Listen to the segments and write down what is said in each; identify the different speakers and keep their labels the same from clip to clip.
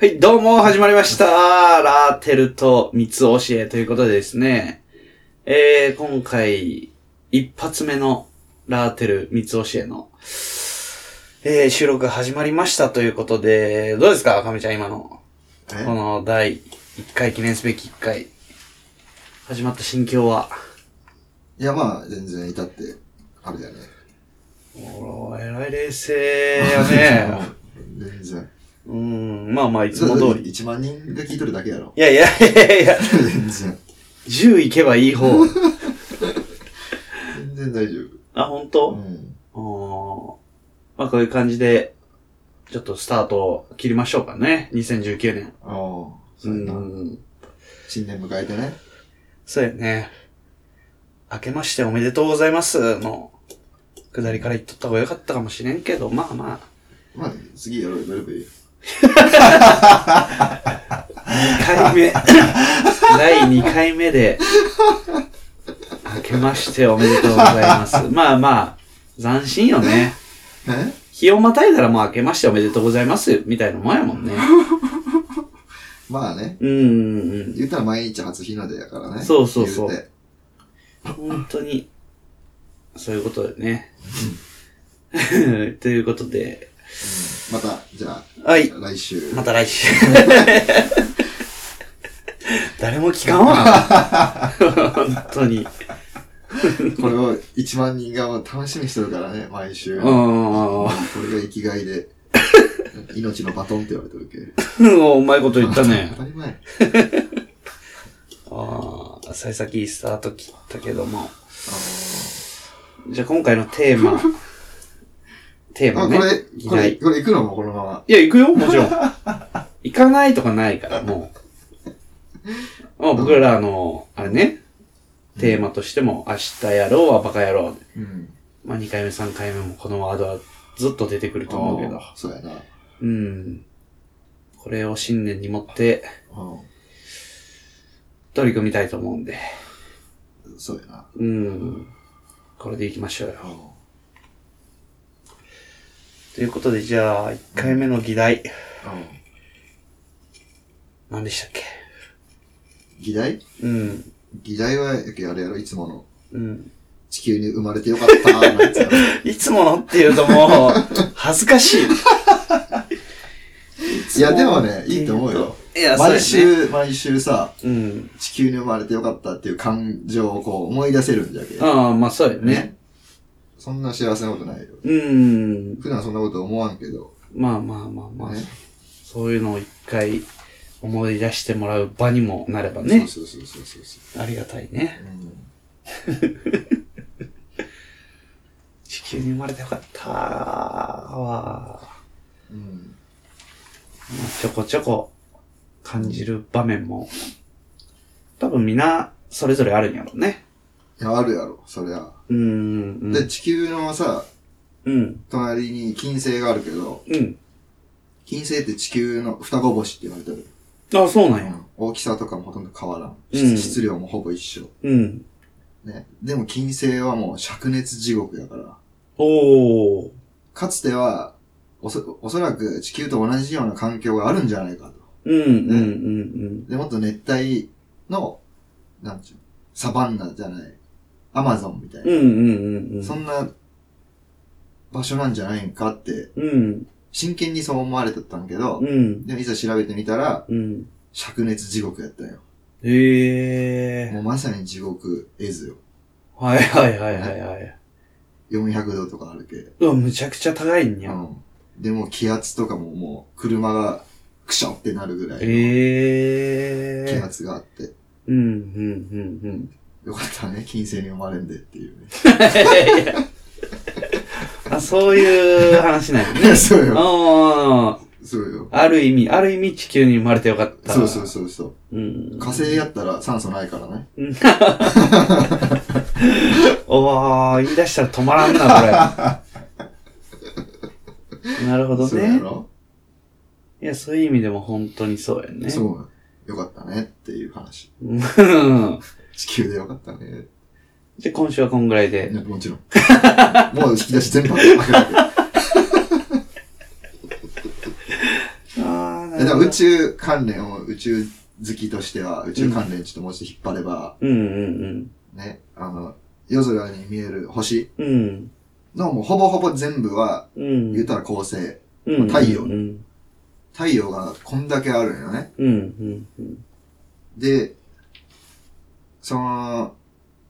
Speaker 1: はい、どうも、始まりました。ラーテルと三つ教えということでですね。えー、今回、一発目のラーテル三つ教えの、えー、収録が始まりましたということで、どうですか、かみちゃん、今の。
Speaker 2: え
Speaker 1: この第1回、記念すべき1回。始まった心境は。
Speaker 2: いや、まあ、全然至って、あれだよね。
Speaker 1: おー、えらい冷静や ね。
Speaker 2: 全然。
Speaker 1: うん、まあ まあ、いつも通り。
Speaker 2: 1万人が聞いとるだけやろ。
Speaker 1: いやいやいやいや、
Speaker 2: 全然。
Speaker 1: 10いけばいい方。
Speaker 2: 全然大丈
Speaker 1: あ、本当？
Speaker 2: 夫。うん。
Speaker 1: おーまあこういう感じで、ちょっとスタートを切りましょうかね。2019年。
Speaker 2: ああ、そうやな。
Speaker 1: ん。
Speaker 2: 新年迎えてね。
Speaker 1: そうやね。明けましておめでとうございますの、下りから言っとった方が良かったかもしれんけど、まあま
Speaker 2: まあ、次やろうやればいいよ。
Speaker 1: あ、2回 目。第2回目で、明けましておめでとうございます。まあまあ、斬新よね。
Speaker 2: え
Speaker 1: 日をまたいだらもう明けましておめでとうございます、みたいなもんやもん ね。
Speaker 2: まあね。
Speaker 1: うんうんうん。
Speaker 2: 言ったら毎日初日の出やからね。
Speaker 1: そうそうそう
Speaker 2: 言て
Speaker 1: 本当に、そういうことだよね。 ということで、
Speaker 2: また、じゃあ、
Speaker 1: はい
Speaker 2: 来週。
Speaker 1: また来週。誰も聞かんわ。本当に。
Speaker 2: これを1万人が楽しみにしてるからね、毎週。
Speaker 1: う
Speaker 2: うんこ
Speaker 1: ん。
Speaker 2: れが生きが いで。命のバトンって言われてるけ。
Speaker 1: うまいこと言ったね
Speaker 2: 当。たり前。
Speaker 1: ああ、幸先いいスタート切ったけども。
Speaker 2: あの
Speaker 1: じゃあ今回のテー マ。テーマ
Speaker 2: あ、こ
Speaker 1: ね。
Speaker 2: れ、
Speaker 1: 議
Speaker 2: これ、
Speaker 1: 題
Speaker 2: これ行くのもこのまま。
Speaker 1: いや、行くよ、もち ろん。行かないとかないから、もう。もう僕ら、あの、あれね、テーマとしても、明日やろうはバカ野郎。
Speaker 2: うん。
Speaker 1: まあ、2回目、3回目もこのワードはずっと出てくると思うけど。
Speaker 2: そうやな。うん。
Speaker 1: うん。これを信念に持って取り組みたいと思うんで。
Speaker 2: そうやな。
Speaker 1: うん。これで行きましょうよ。
Speaker 2: うん
Speaker 1: ということで、じゃあ、1回目の議題。何でしたっけ
Speaker 2: 議題
Speaker 1: うん。
Speaker 2: 議題は、やけあれやろ、いつもの。
Speaker 1: うん。
Speaker 2: 地球に生まれてよかったーなんてやろ
Speaker 1: いつものっていうともう、恥ずかしい。
Speaker 2: いや、でもね、いいと思うよ。
Speaker 1: いや、そう
Speaker 2: 毎
Speaker 1: ですね。
Speaker 2: 週、毎週さ、
Speaker 1: うん。
Speaker 2: 地球に生まれてよかったっていう感情をこう思い出せるんじゃけ。
Speaker 1: ああ、まあそうよね。。
Speaker 2: そんな幸せなことないよ。
Speaker 1: うん。
Speaker 2: 普段そんなこと思わんけど。
Speaker 1: まあまあまあまあ、
Speaker 2: ね
Speaker 1: そういうのを一回思い出してもらう場にもなればね。
Speaker 2: そうそうそうそうそ
Speaker 1: ありがたいね
Speaker 2: う。。うん
Speaker 1: 地球に生まれてよかったわ。
Speaker 2: うん。
Speaker 1: ちょこちょこ感じる場面も、多分みんなそれぞれあるんやろうね。
Speaker 2: いや、あるやろ、そりゃ。
Speaker 1: うーん。
Speaker 2: で、地球のさ、
Speaker 1: うん。
Speaker 2: 隣に金星があるけど、
Speaker 1: うん。
Speaker 2: 金星って地球の双子星って言われてる。
Speaker 1: あ、そうなんや。
Speaker 2: 大きさとかもほとんど変わらん。
Speaker 1: うん
Speaker 2: 質質量もほぼ一緒。
Speaker 1: うん。
Speaker 2: ね。でも金星はもう灼熱地獄だから。
Speaker 1: おー。
Speaker 2: かつては、おそ、おそらく地球と同じような環境があるんじゃないかと。
Speaker 1: うん、うん、うん、
Speaker 2: で、もっと熱帯の、なんちゅうの、サバンナじゃない、アマゾンみたい
Speaker 1: うん。うん、
Speaker 2: な。
Speaker 1: うん、うん。
Speaker 2: そんな場所なんじゃないんかって、
Speaker 1: うん、
Speaker 2: 真剣にそう思われてたんけど
Speaker 1: う、ん、
Speaker 2: でもいざ調べてみたら、
Speaker 1: うん。
Speaker 2: 灼熱地獄やったんよ。
Speaker 1: へえ
Speaker 2: もうまさに地獄絵図よ。
Speaker 1: ー。はいはいはいはいはい。
Speaker 2: 400度とかあるけ。
Speaker 1: うわ、むちゃくちゃ高いんや。
Speaker 2: うん。でもう気圧とかももう車がクショってなるぐらいの
Speaker 1: え
Speaker 2: 気
Speaker 1: えー。
Speaker 2: 圧があって、
Speaker 1: うん、うん、うん、うん。
Speaker 2: よかったね、金星に生まれんでっていう
Speaker 1: あ、そういう話なんやね。
Speaker 2: ね。 そうよ。
Speaker 1: あ
Speaker 2: そうよ。
Speaker 1: あ、ある意味、ある意味地球に生まれてよかった。
Speaker 2: そうそうそうそう。
Speaker 1: う。うん。
Speaker 2: 火星やったら酸素ないからね。
Speaker 1: おー、言い出したら止まらんな、こ れ。なるほど
Speaker 2: そうや
Speaker 1: ね。
Speaker 2: ろ、
Speaker 1: いや、そういう意味でも本当にそうやね。
Speaker 2: そうよ。よかったねっていう話。
Speaker 1: うん。
Speaker 2: 地球でよかったね。
Speaker 1: じゃあ今週はこんぐらいで。
Speaker 2: もちろん。 もう引き出し全部開けたけど。
Speaker 1: あー、な
Speaker 2: やでも宇宙関連を宇宙好きとしては、宇宙関連ちょっともうちょっと引っ張れば、
Speaker 1: うんうん
Speaker 2: ね、あの、夜空に見える星
Speaker 1: うん。うん。
Speaker 2: のもうほぼほぼ全部は、
Speaker 1: うん。
Speaker 2: 言うたら恒星。
Speaker 1: うん
Speaker 2: 太陽
Speaker 1: うん。
Speaker 2: 太陽がこんだけあるんよね。
Speaker 1: うんうんうん。
Speaker 2: で、その、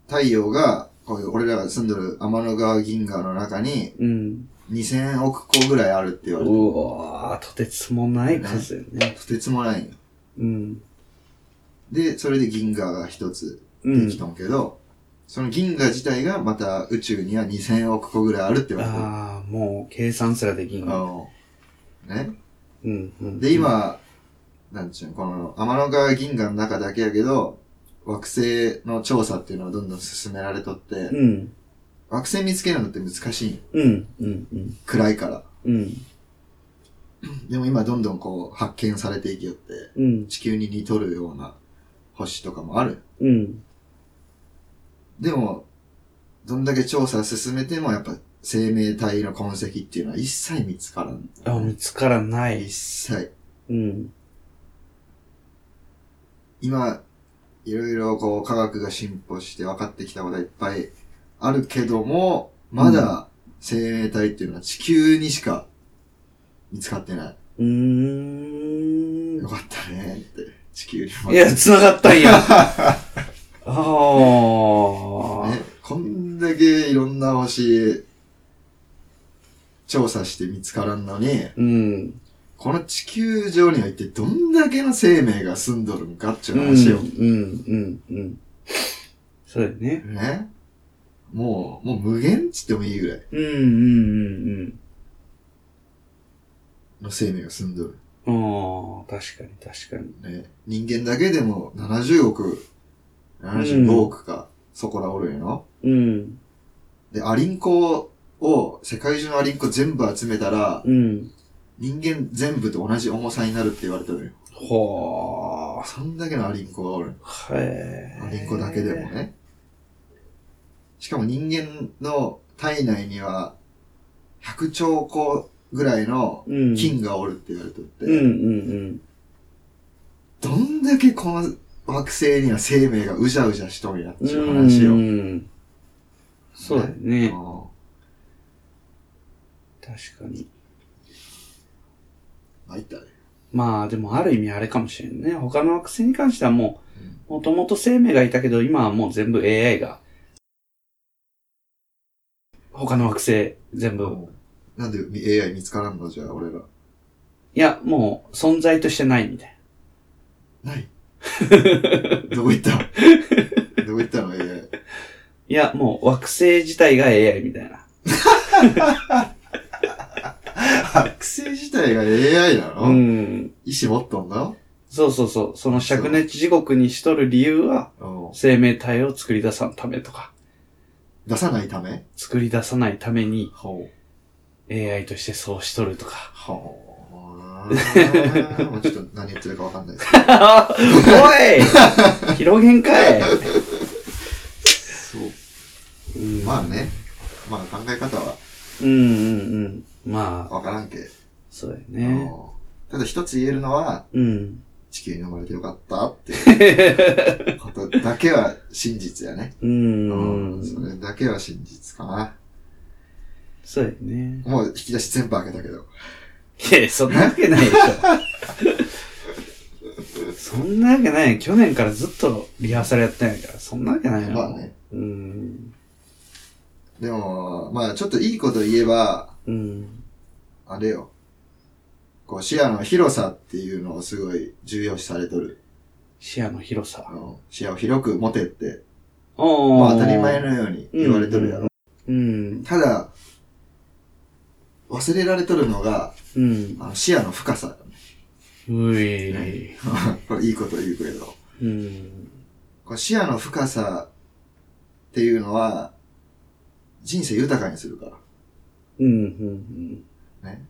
Speaker 2: 太陽が、こういう俺らが住んでる天の川銀河の中に
Speaker 1: うん。
Speaker 2: 2000億個ぐらいあるって言われてる
Speaker 1: うわーとてつもない数よね。
Speaker 2: とてつもないんよ。
Speaker 1: うん。
Speaker 2: で、それで銀河が一つ
Speaker 1: う
Speaker 2: でき
Speaker 1: ん。
Speaker 2: たんけど、その銀河自体がまた宇宙には2000億個ぐらいあるって言われてる。
Speaker 1: ああ、もう計算すらできん
Speaker 2: あ
Speaker 1: わ。
Speaker 2: の、ね。
Speaker 1: うんうん。
Speaker 2: で、、今、なんちゅうの、この天の川銀河の中だけやけど、惑星の調査っていうのはどんどん進められとって、
Speaker 1: うん。
Speaker 2: 惑星見つけるのって難しいん
Speaker 1: うんうんうん。
Speaker 2: 暗いから。
Speaker 1: うん。
Speaker 2: でも今どんどんこう発見されていきよって、
Speaker 1: うん。
Speaker 2: 地球に似とるような星とかもある。
Speaker 1: うん。
Speaker 2: でも、どんだけ調査進めてもやっぱ生命体の痕跡っていうのは一切見つからん。
Speaker 1: あ、見つからない。
Speaker 2: 一切。
Speaker 1: うん。
Speaker 2: 今、いろいろこう科学が進歩して分かってきたことはいっぱいあるけども、まだ生命体っていうのは地球にしか見つかってない。
Speaker 1: うーん
Speaker 2: よ。かったねって。地球にも
Speaker 1: いや、繋がったんや。 ああ。
Speaker 2: ね、こんだけいろんな星、調査して見つからんのに、
Speaker 1: うん。。
Speaker 2: この地球上には一体どんだけの生命が住んどるんかっていううん話を。
Speaker 1: うん。うん。うん。そうだよね。
Speaker 2: ね。もう、もう無限っつってもいいぐらい
Speaker 1: うん。うん。
Speaker 2: の生命が住んどる。
Speaker 1: うん。うん。ああ、確かに確かに。
Speaker 2: ね。人間だけでも70億、75億か、そこらおるんやろ。
Speaker 1: うん。
Speaker 2: で、アリンコを、世界中のアリンコ全部集めたら、
Speaker 1: うん。
Speaker 2: 人間全部と同じ重さになるって言われてるよ。
Speaker 1: は
Speaker 2: そんだけのアリンコがおる。
Speaker 1: あ。へえ。
Speaker 2: リンコだけでも。ね。しかも人間の体内には100兆個ぐらいの
Speaker 1: うん。
Speaker 2: 菌がおるって言われてって、
Speaker 1: うんうん
Speaker 2: どんだけこの惑星には生命がうじゃうじゃしとんやって
Speaker 1: うん。
Speaker 2: いう話
Speaker 1: う
Speaker 2: を。
Speaker 1: ん。そうだよね。確かに。
Speaker 2: あいったね。
Speaker 1: まあでもある意味あれかもしれんね。他の惑星に関してはも
Speaker 2: うん
Speaker 1: う、もともと生命がいたけど、今はもう全部 AI が、他の惑星全部、
Speaker 2: なんでみ AI 見つからんのじゃあ俺ら。
Speaker 1: いや、もう存在としてないみたい
Speaker 2: ない どこ行ったどこ行ったの AI。
Speaker 1: な。いや、もう惑星自体が AI みたいな。
Speaker 2: 惑星自体が AI なの、
Speaker 1: うん。
Speaker 2: 意志持っとんだ
Speaker 1: そうそうそう。その灼熱地獄にしとる理由は、
Speaker 2: うん
Speaker 1: 生命体を作り出さんためとか、
Speaker 2: 出さないため
Speaker 1: 作り出さないために
Speaker 2: ほう。
Speaker 1: AI としてそうしとると か。
Speaker 2: はあ。もうちょっと何言ってるかわかんないですけど。
Speaker 1: お い広げんかい、
Speaker 2: そう。
Speaker 1: うん
Speaker 2: まあね。まあ考え方は
Speaker 1: うんうんうん。まあ、
Speaker 2: わからんけ。
Speaker 1: そうだよ
Speaker 2: あ
Speaker 1: ね。
Speaker 2: のただ一つ言えるのは、
Speaker 1: うん。
Speaker 2: 地球に生まれてよかったっていうことだけは真実やね。
Speaker 1: う。
Speaker 2: うんそれだけは真実かな。
Speaker 1: そうだよね。
Speaker 2: もう引き出し全部開けたけど。
Speaker 1: いや、そんなわけないでしょ。そんなわけないよ。去年からずっとリハーサルやってないから、そんなわけないよ。
Speaker 2: まあね。
Speaker 1: うん。
Speaker 2: でも、まあちょっといいこと言えば、
Speaker 1: うん。
Speaker 2: あれよ。こう視野の広さっていうのをすごい重要視されとる。
Speaker 1: 視野の広さ
Speaker 2: あ。の視野を広く持てって
Speaker 1: お
Speaker 2: まあ当たり前のように言われとるやろ。
Speaker 1: うん。
Speaker 2: ただ、忘れられとるのが、
Speaker 1: うん。
Speaker 2: あの視野の深さ、
Speaker 1: うい。
Speaker 2: これいいこと言うけど。
Speaker 1: うん。
Speaker 2: こう視野の深さっていうのは、人生豊かにするか
Speaker 1: うん。うん。
Speaker 2: ら。ね。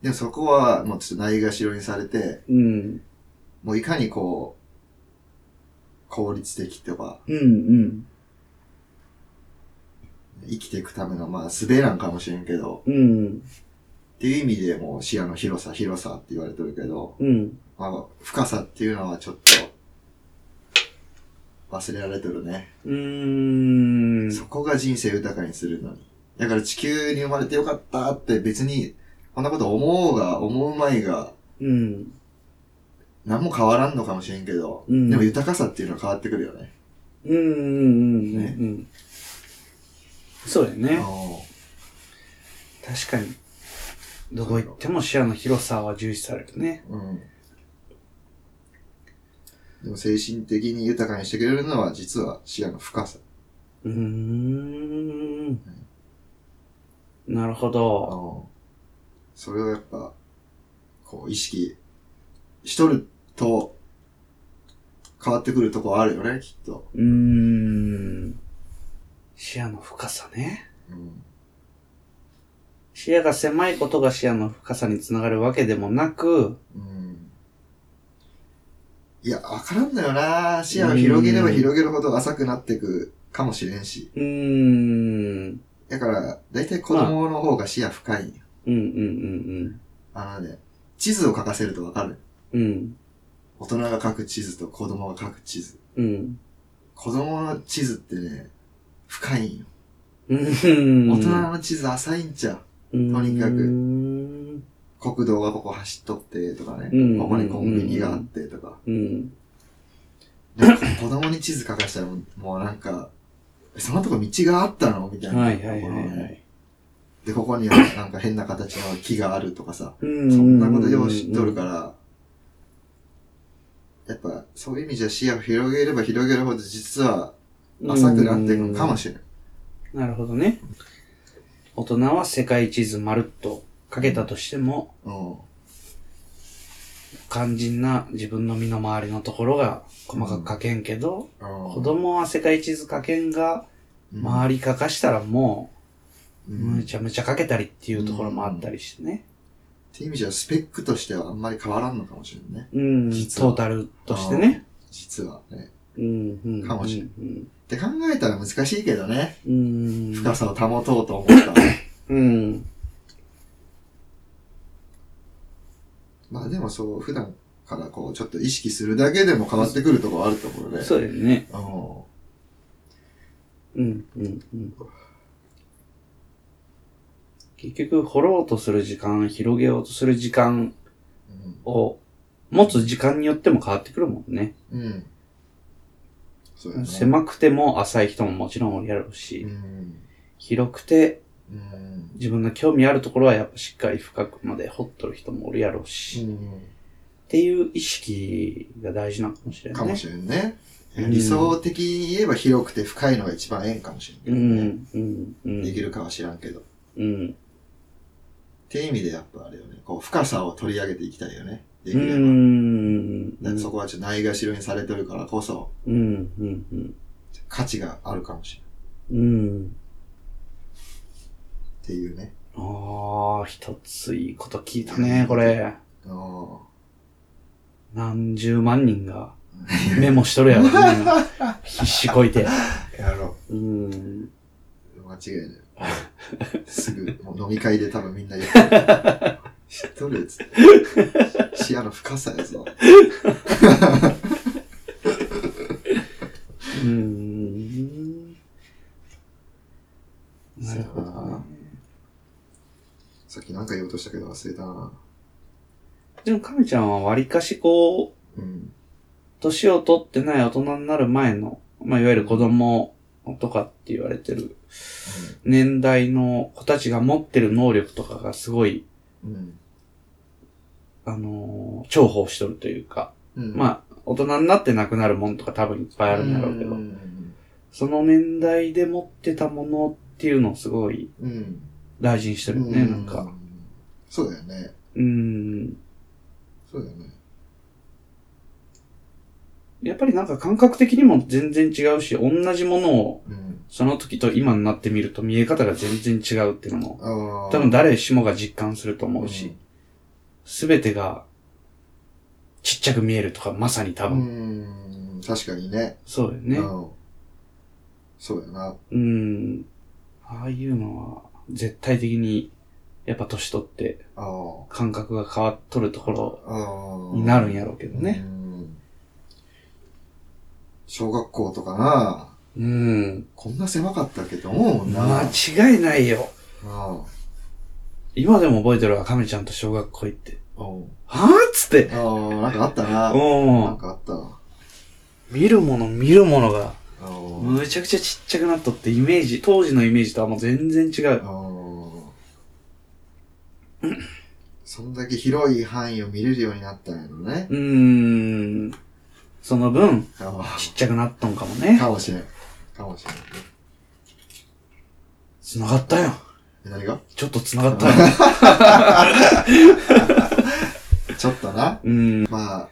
Speaker 2: でもそこは、もうちょっとないがしろにされて、
Speaker 1: うん。うん。
Speaker 2: もういかにこう、効率的とか、
Speaker 1: うん。
Speaker 2: 生きていくための、まあ、滑らんかもしれんけど、
Speaker 1: うん。
Speaker 2: っていう意味でもう視野の広さ、広さって言われてるけど、
Speaker 1: うん。
Speaker 2: まあ、深さっていうのはちょっと忘れられてるね。
Speaker 1: うーん。
Speaker 2: そこが人生豊かにするのに。だから地球に生まれてよかったって別に、こんなこと思うが、思うまいが、
Speaker 1: うん。
Speaker 2: 何も変わらんのかもしれんけど、
Speaker 1: うん
Speaker 2: でも豊かさっていうのは変わってくるよね。
Speaker 1: うんうんうんうん
Speaker 2: ね
Speaker 1: うん。そうやね。
Speaker 2: う
Speaker 1: 確かに。どこ行っても視野の広さは重視されるね。
Speaker 2: んうん。でも精神的に豊かにしてくれるのは実は視野の深さ。
Speaker 1: うーん。なるほど。
Speaker 2: うんそれをやっぱ、こう意識しとると変わってくるとこあるよね、きっと。
Speaker 1: うーん。視野の深さね。
Speaker 2: うん。
Speaker 1: 視野が狭いことが視野の深さにつながるわけでもなく、
Speaker 2: うんいや、わからんのよな視野を広げれば広げるほど浅くなってくかもしれんし。
Speaker 1: うーん。
Speaker 2: だから、だいたい子供の方が視野深いんよ。
Speaker 1: うんうんうん
Speaker 2: あのね、地図を書かせるとわかる。
Speaker 1: うん。うん。
Speaker 2: 大人が書く地図と子供が書く地図。
Speaker 1: うん。
Speaker 2: 子供の地図ってね、深いんよ。
Speaker 1: うん。
Speaker 2: 大人の地図浅いんちゃう。とにかく
Speaker 1: うーん。
Speaker 2: 国道がここ走っとってとかね、
Speaker 1: うん
Speaker 2: ここにコンビニがあってとか。
Speaker 1: うん。
Speaker 2: でも子供に地図書かしたらもうもうなんか、えそのとこ道があったのみたいな。
Speaker 1: はいはいはい
Speaker 2: ところ
Speaker 1: は
Speaker 2: ね
Speaker 1: い。
Speaker 2: で、ここにはなんか変な形の木があるとかさ、
Speaker 1: そ
Speaker 2: そんなことよう知っとるから、やっぱそういう意味じゃ視野を広げれば広げるほど実は浅くなっていくのかもしれない。
Speaker 1: なるほどね。大人は世界地図まるっとかけたとしても、
Speaker 2: うん。
Speaker 1: 肝心な自分の身の回りのところが細かく書けんけど、子
Speaker 2: 子
Speaker 1: 供は世界地図書けんが、周り書かしたらも
Speaker 2: り
Speaker 1: う、むちゃむちゃ書けたりっていうところもあったりしてね。
Speaker 2: っていう意味じゃスペックとしてはあんまり変わらんのかもしれないね。
Speaker 1: うん、ト
Speaker 2: 実は
Speaker 1: ータルとしてね。
Speaker 2: 実はね。
Speaker 1: うん、うん。
Speaker 2: かもしれ
Speaker 1: ん。うん
Speaker 2: って考えたら難しいけどね。
Speaker 1: うん。
Speaker 2: 深さを保とうと思ったら。
Speaker 1: うん。
Speaker 2: まあでもそう、普段からこう、ちょっと意識するだけでも変わってくるところあるところで。
Speaker 1: そうだよね。
Speaker 2: うん。
Speaker 1: うん、うん、うん。結局、掘ろうとする時間、広げようとする時間
Speaker 2: うん
Speaker 1: を持つ時間によっても変わってくるもんね。
Speaker 2: うん。そうやね。
Speaker 1: 狭くても浅い人ももちろんおるやろう
Speaker 2: う
Speaker 1: し、
Speaker 2: ん。
Speaker 1: 広くて
Speaker 2: うん。
Speaker 1: 自分の興味あるところはやっぱしっかり深くまで掘っとる人もおるやろうし、っていう意識が大事なのかもしれな
Speaker 2: か
Speaker 1: い
Speaker 2: も
Speaker 1: ね。
Speaker 2: しれんね。
Speaker 1: うん
Speaker 2: 理想的に言えば広くて深いのが一番ええんかもしれ
Speaker 1: うん
Speaker 2: ね。
Speaker 1: ん、うん、うん。
Speaker 2: できるかは知らんけど。っ
Speaker 1: うん。
Speaker 2: ていう意味でやっぱあれよね。こう、深さを取り上げていきたいよね。で
Speaker 1: う
Speaker 2: き
Speaker 1: ん。う
Speaker 2: れば。
Speaker 1: ん。
Speaker 2: だからそこはちょっとないがしろにされてるからこそ、
Speaker 1: うん、うん、うん。
Speaker 2: 価値があるかもしれん。
Speaker 1: うん。
Speaker 2: っていうね。
Speaker 1: ああ、一ついいこと聞いたね、これ。
Speaker 2: うん。
Speaker 1: 何十万人がメモしとるやろ、ね、必死こいて。
Speaker 2: やろ
Speaker 1: うん。
Speaker 2: う。間違 いない。すぐ、もう飲み会で多分みんな言ってる。知っとるやつって。視野の深さやぞ。
Speaker 1: うん。なるほど
Speaker 2: そうや
Speaker 1: ね
Speaker 2: な。さっきなんか言おうとしたけど忘れたな。
Speaker 1: でも、亀ちゃんは割かしこう、
Speaker 2: うん。
Speaker 1: 年を取ってない大人になる前の、まあ、いわゆる子供とかって言われてる年代の子たちが持ってる能力とかがすごい、
Speaker 2: うん。
Speaker 1: あのー重宝しとるというか。
Speaker 2: うん。あ、
Speaker 1: まあ、大人になってなくなるもんとか多分いっぱいあるんだろうけど、
Speaker 2: ん。
Speaker 1: その年代で持ってたものっていうのをすごい
Speaker 2: うん。
Speaker 1: 大事にしてるよね、なんか。。
Speaker 2: そうだよね。
Speaker 1: うん。
Speaker 2: そうだよね。
Speaker 1: やっぱりなんか感覚的にも全然違うし、同じものを
Speaker 2: うん。
Speaker 1: その時と今になってみると見え方が全然違うっていうのも、
Speaker 2: ああ。
Speaker 1: 多分誰しもが実感すると思う
Speaker 2: う
Speaker 1: し
Speaker 2: ん、
Speaker 1: すべてがちっちゃく見えるとかまさに多
Speaker 2: う
Speaker 1: 分、
Speaker 2: ん。確かにね。
Speaker 1: そうだよね
Speaker 2: う。ん。そうやな。
Speaker 1: うん。ああいうのは、絶対的に、やっぱ年取って
Speaker 2: ああ。
Speaker 1: 感覚が変わっとるところ
Speaker 2: ああ。
Speaker 1: になるんやろうけどね。
Speaker 2: うん。小学校とかな、
Speaker 1: うん。
Speaker 2: こんな狭かったっけと思うもんな。
Speaker 1: 間違いないよ。
Speaker 2: あ
Speaker 1: 今でも覚えてるわ、亀ちゃんと小学校行って。
Speaker 2: あ。うん
Speaker 1: はぁっつって。
Speaker 2: ああ、なんかあったな。
Speaker 1: う
Speaker 2: なん
Speaker 1: ん。
Speaker 2: かあったわ。
Speaker 1: 見るもの見るものが、
Speaker 2: あー
Speaker 1: むちゃくちゃちっちゃくなっとって、イメージ、当時のイメージとはもう全然違
Speaker 2: あ
Speaker 1: う。
Speaker 2: ー。そんだけ広い範囲を見れるようになったんやろね。
Speaker 1: うーん。その分、
Speaker 2: あ
Speaker 1: ちっちゃくなっとんかもね
Speaker 2: ー。かもしれん。かもしれん。
Speaker 1: 繋がったよ。
Speaker 2: え何が
Speaker 1: ちょっと繋がったよ。
Speaker 2: ちょっとな。
Speaker 1: うん。
Speaker 2: ま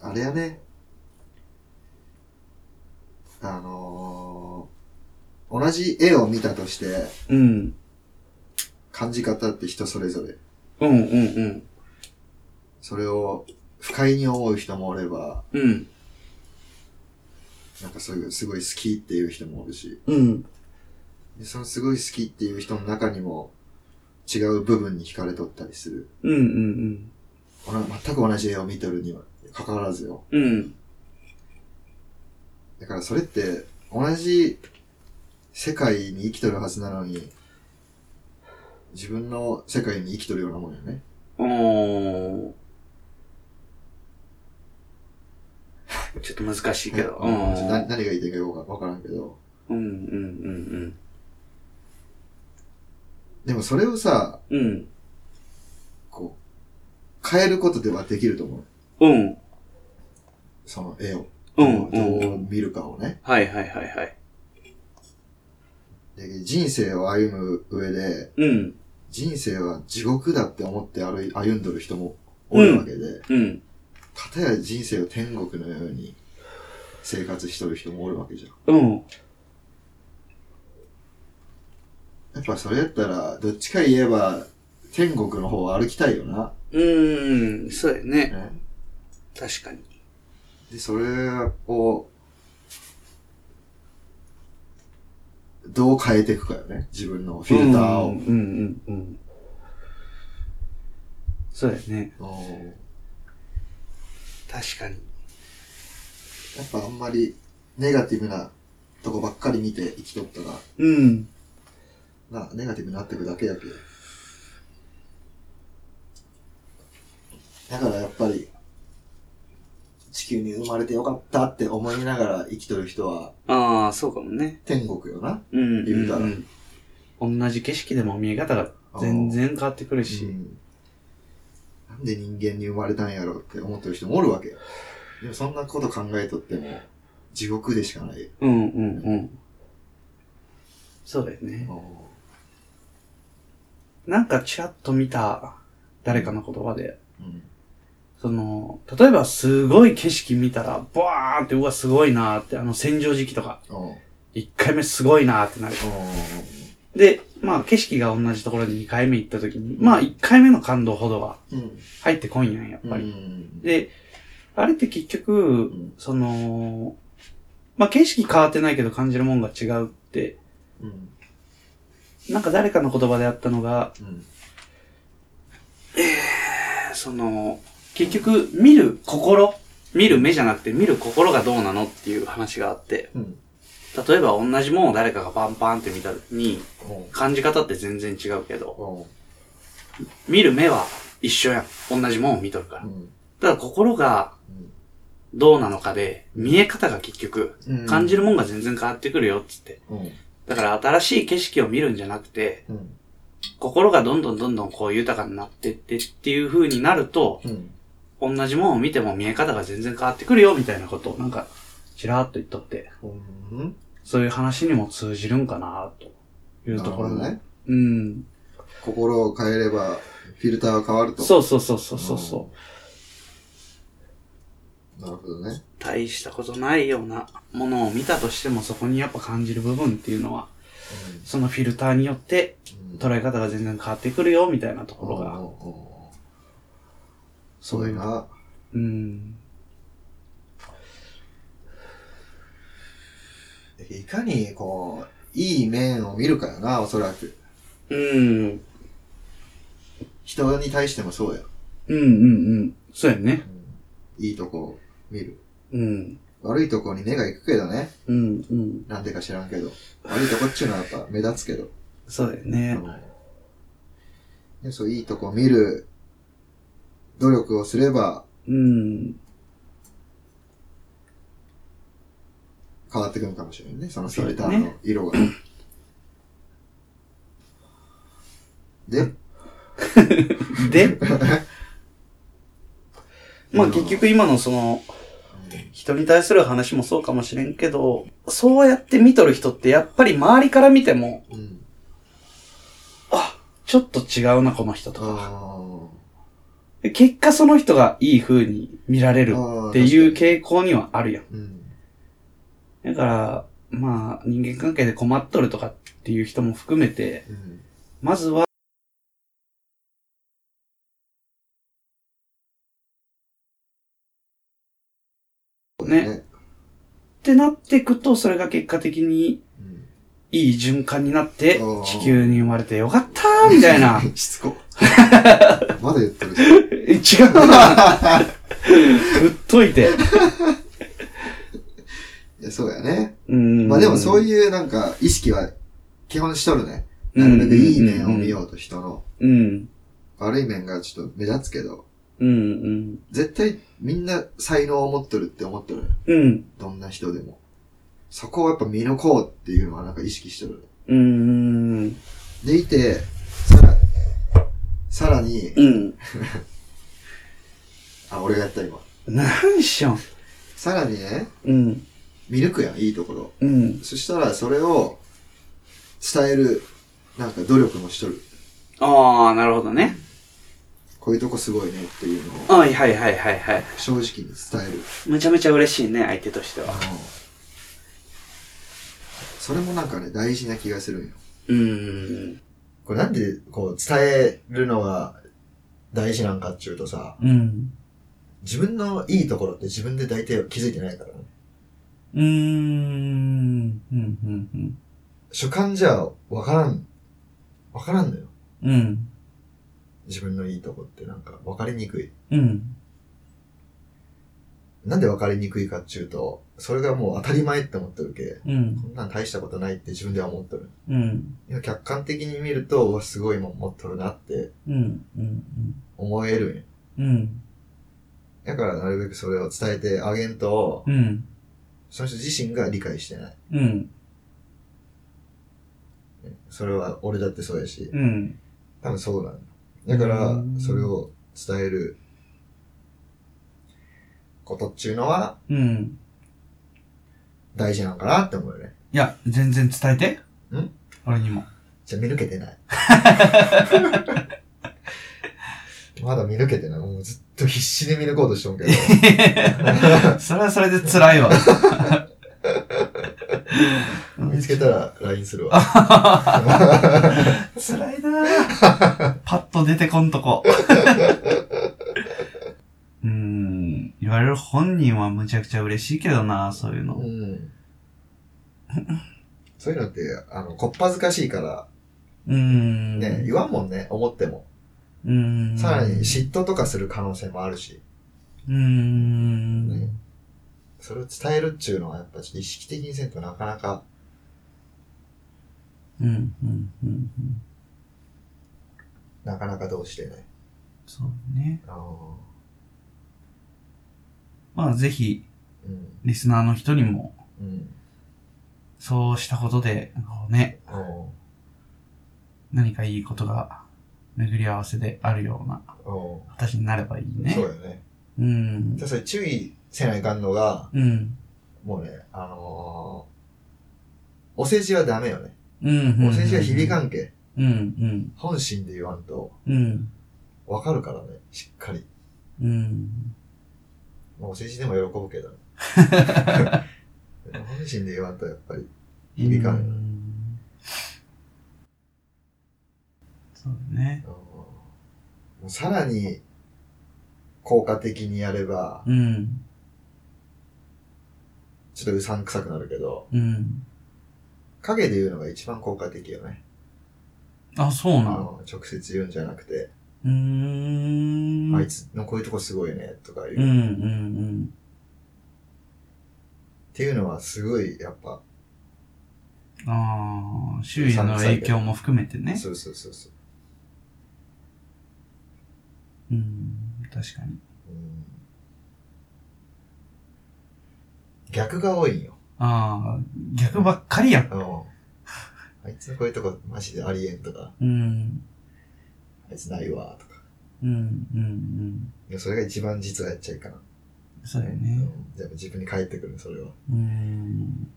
Speaker 2: あ、あれやね。あのー、同じ絵を見たとして、
Speaker 1: うん。
Speaker 2: 感じ方って人それぞれ。
Speaker 1: うんうんうん。
Speaker 2: それを不快に思う人もおれば、
Speaker 1: うん。
Speaker 2: なんかそういうすごい好きっていう人もおるし、
Speaker 1: うん。
Speaker 2: でそのすごい好きっていう人の中にも違う部分に惹かれとったりする。
Speaker 1: うんうん
Speaker 2: おな全く同じ絵を見とるには関わらずよ。
Speaker 1: うん。うん。
Speaker 2: だからそれって同じ世界に生きとるはずなのに、自分の世界に生きとるようなもんよね。
Speaker 1: おー。ちょっと難しいけど。う。
Speaker 2: うんちょなん何が言いたいかよくわわからんけど。
Speaker 1: うんうん
Speaker 2: でもそれをさ、
Speaker 1: うんうん。うん。
Speaker 2: こう、変えることではできると思う。
Speaker 1: うん。
Speaker 2: その絵を。
Speaker 1: うん
Speaker 2: ど
Speaker 1: う。
Speaker 2: うどうん見るかをね。
Speaker 1: はいはいはいはい。
Speaker 2: で人生を歩む上で、
Speaker 1: うん。
Speaker 2: 人生は地獄だって思って歩い歩んどる人もおるわけで、
Speaker 1: うん。
Speaker 2: かたや人生を天国のように生活しとる人もおるわけじゃん。
Speaker 1: うん。
Speaker 2: やっぱそれやったら、どっちか言えば、天国の方を歩きたいよな。
Speaker 1: うーん。そうやね。
Speaker 2: ね、
Speaker 1: 確かに。
Speaker 2: で、それを、どう変えていくかよね。自分のフィルターを。
Speaker 1: うんうんうんうん。そうやね。
Speaker 2: うん
Speaker 1: 確かに。
Speaker 2: やっぱあんまりネガティブなとこばっかり見て生きとったら、
Speaker 1: うん。
Speaker 2: な、ネガティブになってくだけやけ。だからやっぱり、地球に生まれてよかったって思いながら生きとる人は
Speaker 1: ああ、そうかもね。
Speaker 2: 天国よな。
Speaker 1: うん
Speaker 2: 言うたら
Speaker 1: んうん。同じ景色でも見え方が全然変わってくるし。
Speaker 2: なんで人間に生まれたんやろうって思ってる人もおるわけよ。でもそんなこと考えとっても、地獄でしかないよ。
Speaker 1: うんうんうん。そうだよね。なんかちらっと見た誰かの言葉で、
Speaker 2: うん。
Speaker 1: その、例えばすごい景色見たら、バーンって、うわ、すごいなーって、あの、洗浄時期とか、
Speaker 2: うん。
Speaker 1: 1回目すごいなーってなる。で、まあ、景色が同じところに2回目行った時に、まあ、1回目の感動ほどは
Speaker 2: うん。
Speaker 1: 入ってこんやん、やっぱり。
Speaker 2: うん
Speaker 1: で、あれって結局、
Speaker 2: ん
Speaker 1: その、まあ、景色変わってないけど感じるもんが違うって、
Speaker 2: うん。
Speaker 1: なんか誰かの言葉であったのが、
Speaker 2: うん。
Speaker 1: その、結局、見る心、見る目じゃなくて見る心がどうなのっていう話があって、
Speaker 2: うん。
Speaker 1: 例えば同じものを誰かがパンパンって見た時に、
Speaker 2: おう
Speaker 1: 感じ方って全然違うけど、
Speaker 2: おう
Speaker 1: 見る目は一緒やん。同じものを見とるから
Speaker 2: う。ん
Speaker 1: ただ心がどうなのかで、見え方が結局、
Speaker 2: うん
Speaker 1: 感じるもんが全然変わってくるよっつって。
Speaker 2: うん。
Speaker 1: だから新しい景色を見るんじゃなくて、
Speaker 2: うん。
Speaker 1: 心がどんどんどんどんこう豊かになってってっていう風になると、
Speaker 2: うん。
Speaker 1: 同じものを見ても見え方が全然変わってくるよみたいなことをなんか、ちらーっと言っとって、
Speaker 2: うん。
Speaker 1: そういう話にも通じるんかなというところ
Speaker 2: な
Speaker 1: も
Speaker 2: るほどね。
Speaker 1: うん。
Speaker 2: 心を変えれば、フィルターは変わると。
Speaker 1: そうそうそうそうそうそう。
Speaker 2: うん。なるほどね。
Speaker 1: 大したことないようなものを見たとしてもそこにやっぱ感じる部分っていうのは、そのフィルターによって
Speaker 2: うん
Speaker 1: 捉え方が全然変わってくるよみたいなところ
Speaker 2: おう
Speaker 1: が、
Speaker 2: おうおうそ
Speaker 1: そうう
Speaker 2: や
Speaker 1: いう。
Speaker 2: な。
Speaker 1: うん。
Speaker 2: いかに、こう、いい面を見るかよな、おそらく。
Speaker 1: うん。
Speaker 2: 人に対してもそうや。
Speaker 1: うんうんうん。そうやね。
Speaker 2: いいとこ見る。
Speaker 1: うん。
Speaker 2: 悪いとこに目が行くけどね。
Speaker 1: うんうん。
Speaker 2: なんでか知らんけど。悪いとこっちゅうのはやっぱ目立つけど。
Speaker 1: そうだよ
Speaker 2: う
Speaker 1: ね
Speaker 2: ん。でそう、いいとこ見る努力をすれば
Speaker 1: うん。
Speaker 2: 変わってくるかもしれないね。そのフ
Speaker 1: そう
Speaker 2: ィ
Speaker 1: だね
Speaker 2: ルターの色が。で、
Speaker 1: で、まあ結局今のその、人に対する話もそうかもしれんけど、そうやって見とる人ってやっぱり周りから見ても、
Speaker 2: うん。
Speaker 1: あ、ちょっと違うな、この人とか。
Speaker 2: あ
Speaker 1: で結果その人がいい風に見られる
Speaker 2: ー
Speaker 1: っていう。
Speaker 2: あー確か
Speaker 1: 傾向にはあるやん。
Speaker 2: にう
Speaker 1: だ
Speaker 2: ん。
Speaker 1: から、まあ人間関係で困っとるとかっていう人も含めて、
Speaker 2: うん。
Speaker 1: まずは、ね。っ
Speaker 2: ね。
Speaker 1: てなっていくと、それが結果的に
Speaker 2: うん
Speaker 1: いい循環になって
Speaker 2: お、ー
Speaker 1: 地球に生まれてよかったーみたいな。。
Speaker 2: し つこ。まだ言ってるじゃん。
Speaker 1: え違うな振っといて。
Speaker 2: いや、そうやね。
Speaker 1: うん。
Speaker 2: まあでもそう
Speaker 1: い
Speaker 2: いうなんか意識は基本しとるね。なるべくいい面を見ようと人の。
Speaker 1: うん。
Speaker 2: 悪い面がちょっと目立つけど、
Speaker 1: うんうん。
Speaker 2: 絶対みんな才能を持っとるって思っとるね。
Speaker 1: うん。
Speaker 2: どんな人でも。そこをやっぱ見抜こうっていうのはなんか意識しとるね。
Speaker 1: うん。うん。
Speaker 2: でいて、さら、さらに、
Speaker 1: うん。
Speaker 2: あ、俺がやった今。
Speaker 1: 何しよ
Speaker 2: さらにね、
Speaker 1: う。うん。
Speaker 2: 見抜くやん、いいところ。
Speaker 1: うん。
Speaker 2: そしたらそれを伝える、なんか努力もしとる。
Speaker 1: ああ、なるほどね。
Speaker 2: こういうとこすごいねっていうのを
Speaker 1: はいはいはいはいはい。
Speaker 2: 正直に伝える。
Speaker 1: めちゃめちゃ嬉しいね、相手としては。
Speaker 2: それもなんかね、大事な気がするんよ。
Speaker 1: うん。
Speaker 2: これなんで、こう、伝えるのが大事なんかっていうとさ、
Speaker 1: うん。
Speaker 2: 自分のいいところって自分で大体気づいてないからね。
Speaker 1: うーん。うん。うん。
Speaker 2: 主観じゃわからん。わからんのよ。
Speaker 1: うん。
Speaker 2: 自分のいいとこってなんか、わかりにくい。
Speaker 1: うん。
Speaker 2: なんでわかりにくいかっていうと、それがもう当たり前って思ってるけ。
Speaker 1: うん。
Speaker 2: こんなん大したことないって自分では思ってる。
Speaker 1: うん。
Speaker 2: いや客観的に見ると、うわ、すごいもん持っとるなって
Speaker 1: うん。うん。
Speaker 2: 思えるんよ。
Speaker 1: うん。
Speaker 2: だからなるべくそれを伝えてあげんと、
Speaker 1: うん。
Speaker 2: その人自身が理解してない。
Speaker 1: うん。
Speaker 2: それは俺だってそうやし、
Speaker 1: うん。
Speaker 2: 多分そうなんだ。だか
Speaker 1: う
Speaker 2: ら、
Speaker 1: ん
Speaker 2: それを伝えることっちゅうのは
Speaker 1: うん。
Speaker 2: 大事なんかなって思うよね。
Speaker 1: いや、全然伝えて。
Speaker 2: ん
Speaker 1: 俺にも。
Speaker 2: じゃあ見抜けてない。 まだ見抜けてない。もうずっと必死で見抜こうとしとんけど。
Speaker 1: それはそれで辛いわ。
Speaker 2: 見つけたら LINE するわ。
Speaker 1: 辛いなぁパッと出てこんとこ。 うーん。言われる本人はむちゃくちゃ嬉しいけどなそういう
Speaker 2: う
Speaker 1: の。
Speaker 2: ん。そういうのって、あの、こっぱずかしいから、
Speaker 1: うーん。
Speaker 2: ね、言わんもんね、思っても。
Speaker 1: うーん。
Speaker 2: さらに嫉妬とかする可能性もあるし、
Speaker 1: うーん。
Speaker 2: ねそれを伝えるっちゅうのはやっぱちょっと意識的にせんとなかなか、
Speaker 1: うん、うん、うん。うん
Speaker 2: なかなかどうしてね。
Speaker 1: そうね。
Speaker 2: あの
Speaker 1: まあ、ぜひ、
Speaker 2: うん、
Speaker 1: リスナーの人にも、
Speaker 2: うん、
Speaker 1: そうしたことで、こうね、
Speaker 2: あの
Speaker 1: 何かいいことが、巡り合わせであるような
Speaker 2: あの
Speaker 1: 形になればいいね。
Speaker 2: そうよね。
Speaker 1: ううん
Speaker 2: で、。それ注意せないかんのが、
Speaker 1: うん。
Speaker 2: もうね、あのーお世辞はダメよね。
Speaker 1: うん。
Speaker 2: お世辞は響か
Speaker 1: ん。
Speaker 2: んけ。
Speaker 1: うん、
Speaker 2: 本心で言わんと、
Speaker 1: うん。うん。
Speaker 2: わかるからね、しっかり。
Speaker 1: うん。
Speaker 2: まあ、お世辞でも喜 ぶけどね。本心で言わんと、やっぱり。響かんよね
Speaker 1: ん。そうだね。
Speaker 2: あのもうさらに効果的にやれば、
Speaker 1: うん。
Speaker 2: ちょっとうさんくさくなるけど、
Speaker 1: うん。
Speaker 2: 影で言うのが一番効果的よね。
Speaker 1: あ、そう
Speaker 2: あ
Speaker 1: なの。
Speaker 2: の直接言うんじゃなくて、
Speaker 1: ううーん。
Speaker 2: あいつのこういうとこすごいね、とかいう。
Speaker 1: うんう
Speaker 2: っ
Speaker 1: んうん。
Speaker 2: ていうのはすごい、やっぱ、
Speaker 1: ああ、周囲の影響も含めてね。
Speaker 2: そうそうそうそう。
Speaker 1: うん、確かに。
Speaker 2: うん逆が多いんよ。
Speaker 1: ああ、逆ばっかりやん。
Speaker 2: うん。あいつのこういうとこマジでありえんとか、
Speaker 1: うん、
Speaker 2: あいつないわとか。
Speaker 1: うん、うん、
Speaker 2: いやそれが一番実はやっちゃいかな。
Speaker 1: うん。そうだよ
Speaker 2: う
Speaker 1: ね。
Speaker 2: ん。やっぱ自分に返ってくる、それは。
Speaker 1: うん。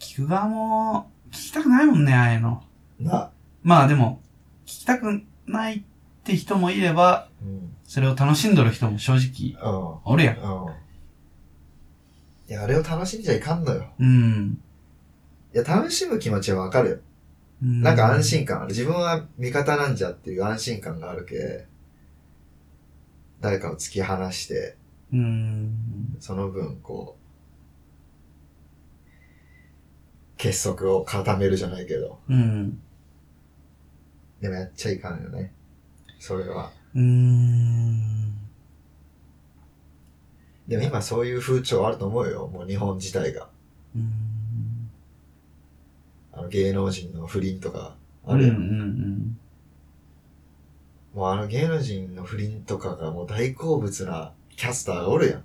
Speaker 1: 聞く側も、聞きたくないもんね、ああいうの。
Speaker 2: なあ。
Speaker 1: まあでも、聞きたくないって人もいれば、
Speaker 2: うん。
Speaker 1: それを楽しんどる人も正直、
Speaker 2: うん。
Speaker 1: おるやん。
Speaker 2: うん。いや、あれを楽しんじゃいかんのよ。
Speaker 1: うん。
Speaker 2: いや、楽しむ気持ちはわかるよ。
Speaker 1: な
Speaker 2: なんか安。心感ある。自分は味方なんじゃっていう安心感があるけ、誰かを突き放して、
Speaker 1: うん。
Speaker 2: その分、こう、結束を固めるじゃないけど、
Speaker 1: うん。
Speaker 2: でもやっちゃいかんよね。それは。
Speaker 1: うーん。
Speaker 2: でも今そういう風潮あると思うよ。もう日本自体が。
Speaker 1: うーん。
Speaker 2: あの芸能人の不倫とか、あ
Speaker 1: う
Speaker 2: る
Speaker 1: ん
Speaker 2: や
Speaker 1: うんん
Speaker 2: もうあの芸能人の不倫とかがもう大好物なキャスターが おるやん。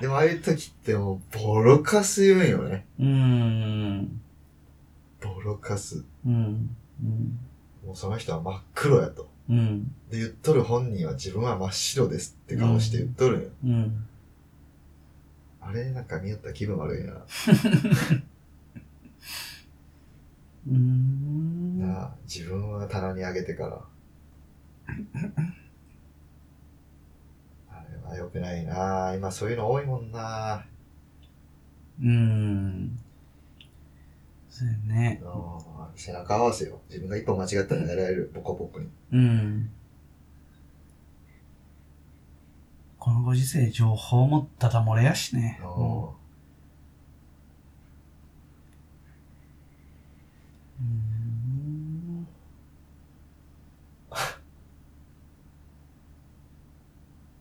Speaker 2: でもああいう時ってもうボロカス言うんよね。
Speaker 1: うん。うーん。
Speaker 2: ボロカス。
Speaker 1: うん。
Speaker 2: もうその人は真っ黒やと。
Speaker 1: うん。うん。
Speaker 2: で、言っとる本人は自分は真っ白ですって顔して言っとるんよ。
Speaker 1: うん。
Speaker 2: あれなんか見よったら気分悪いな。
Speaker 1: うーん。
Speaker 2: なあ、自分は棚にあげ てから。あれは良くないな今そういうの多いもんな
Speaker 1: うーん。そうよね。
Speaker 2: あー背中合わせよ。自分が一歩間違ったらやられる、ボコボコに。
Speaker 1: うん。このご時世、情報もダダ漏れやしね。
Speaker 2: あ
Speaker 1: うん。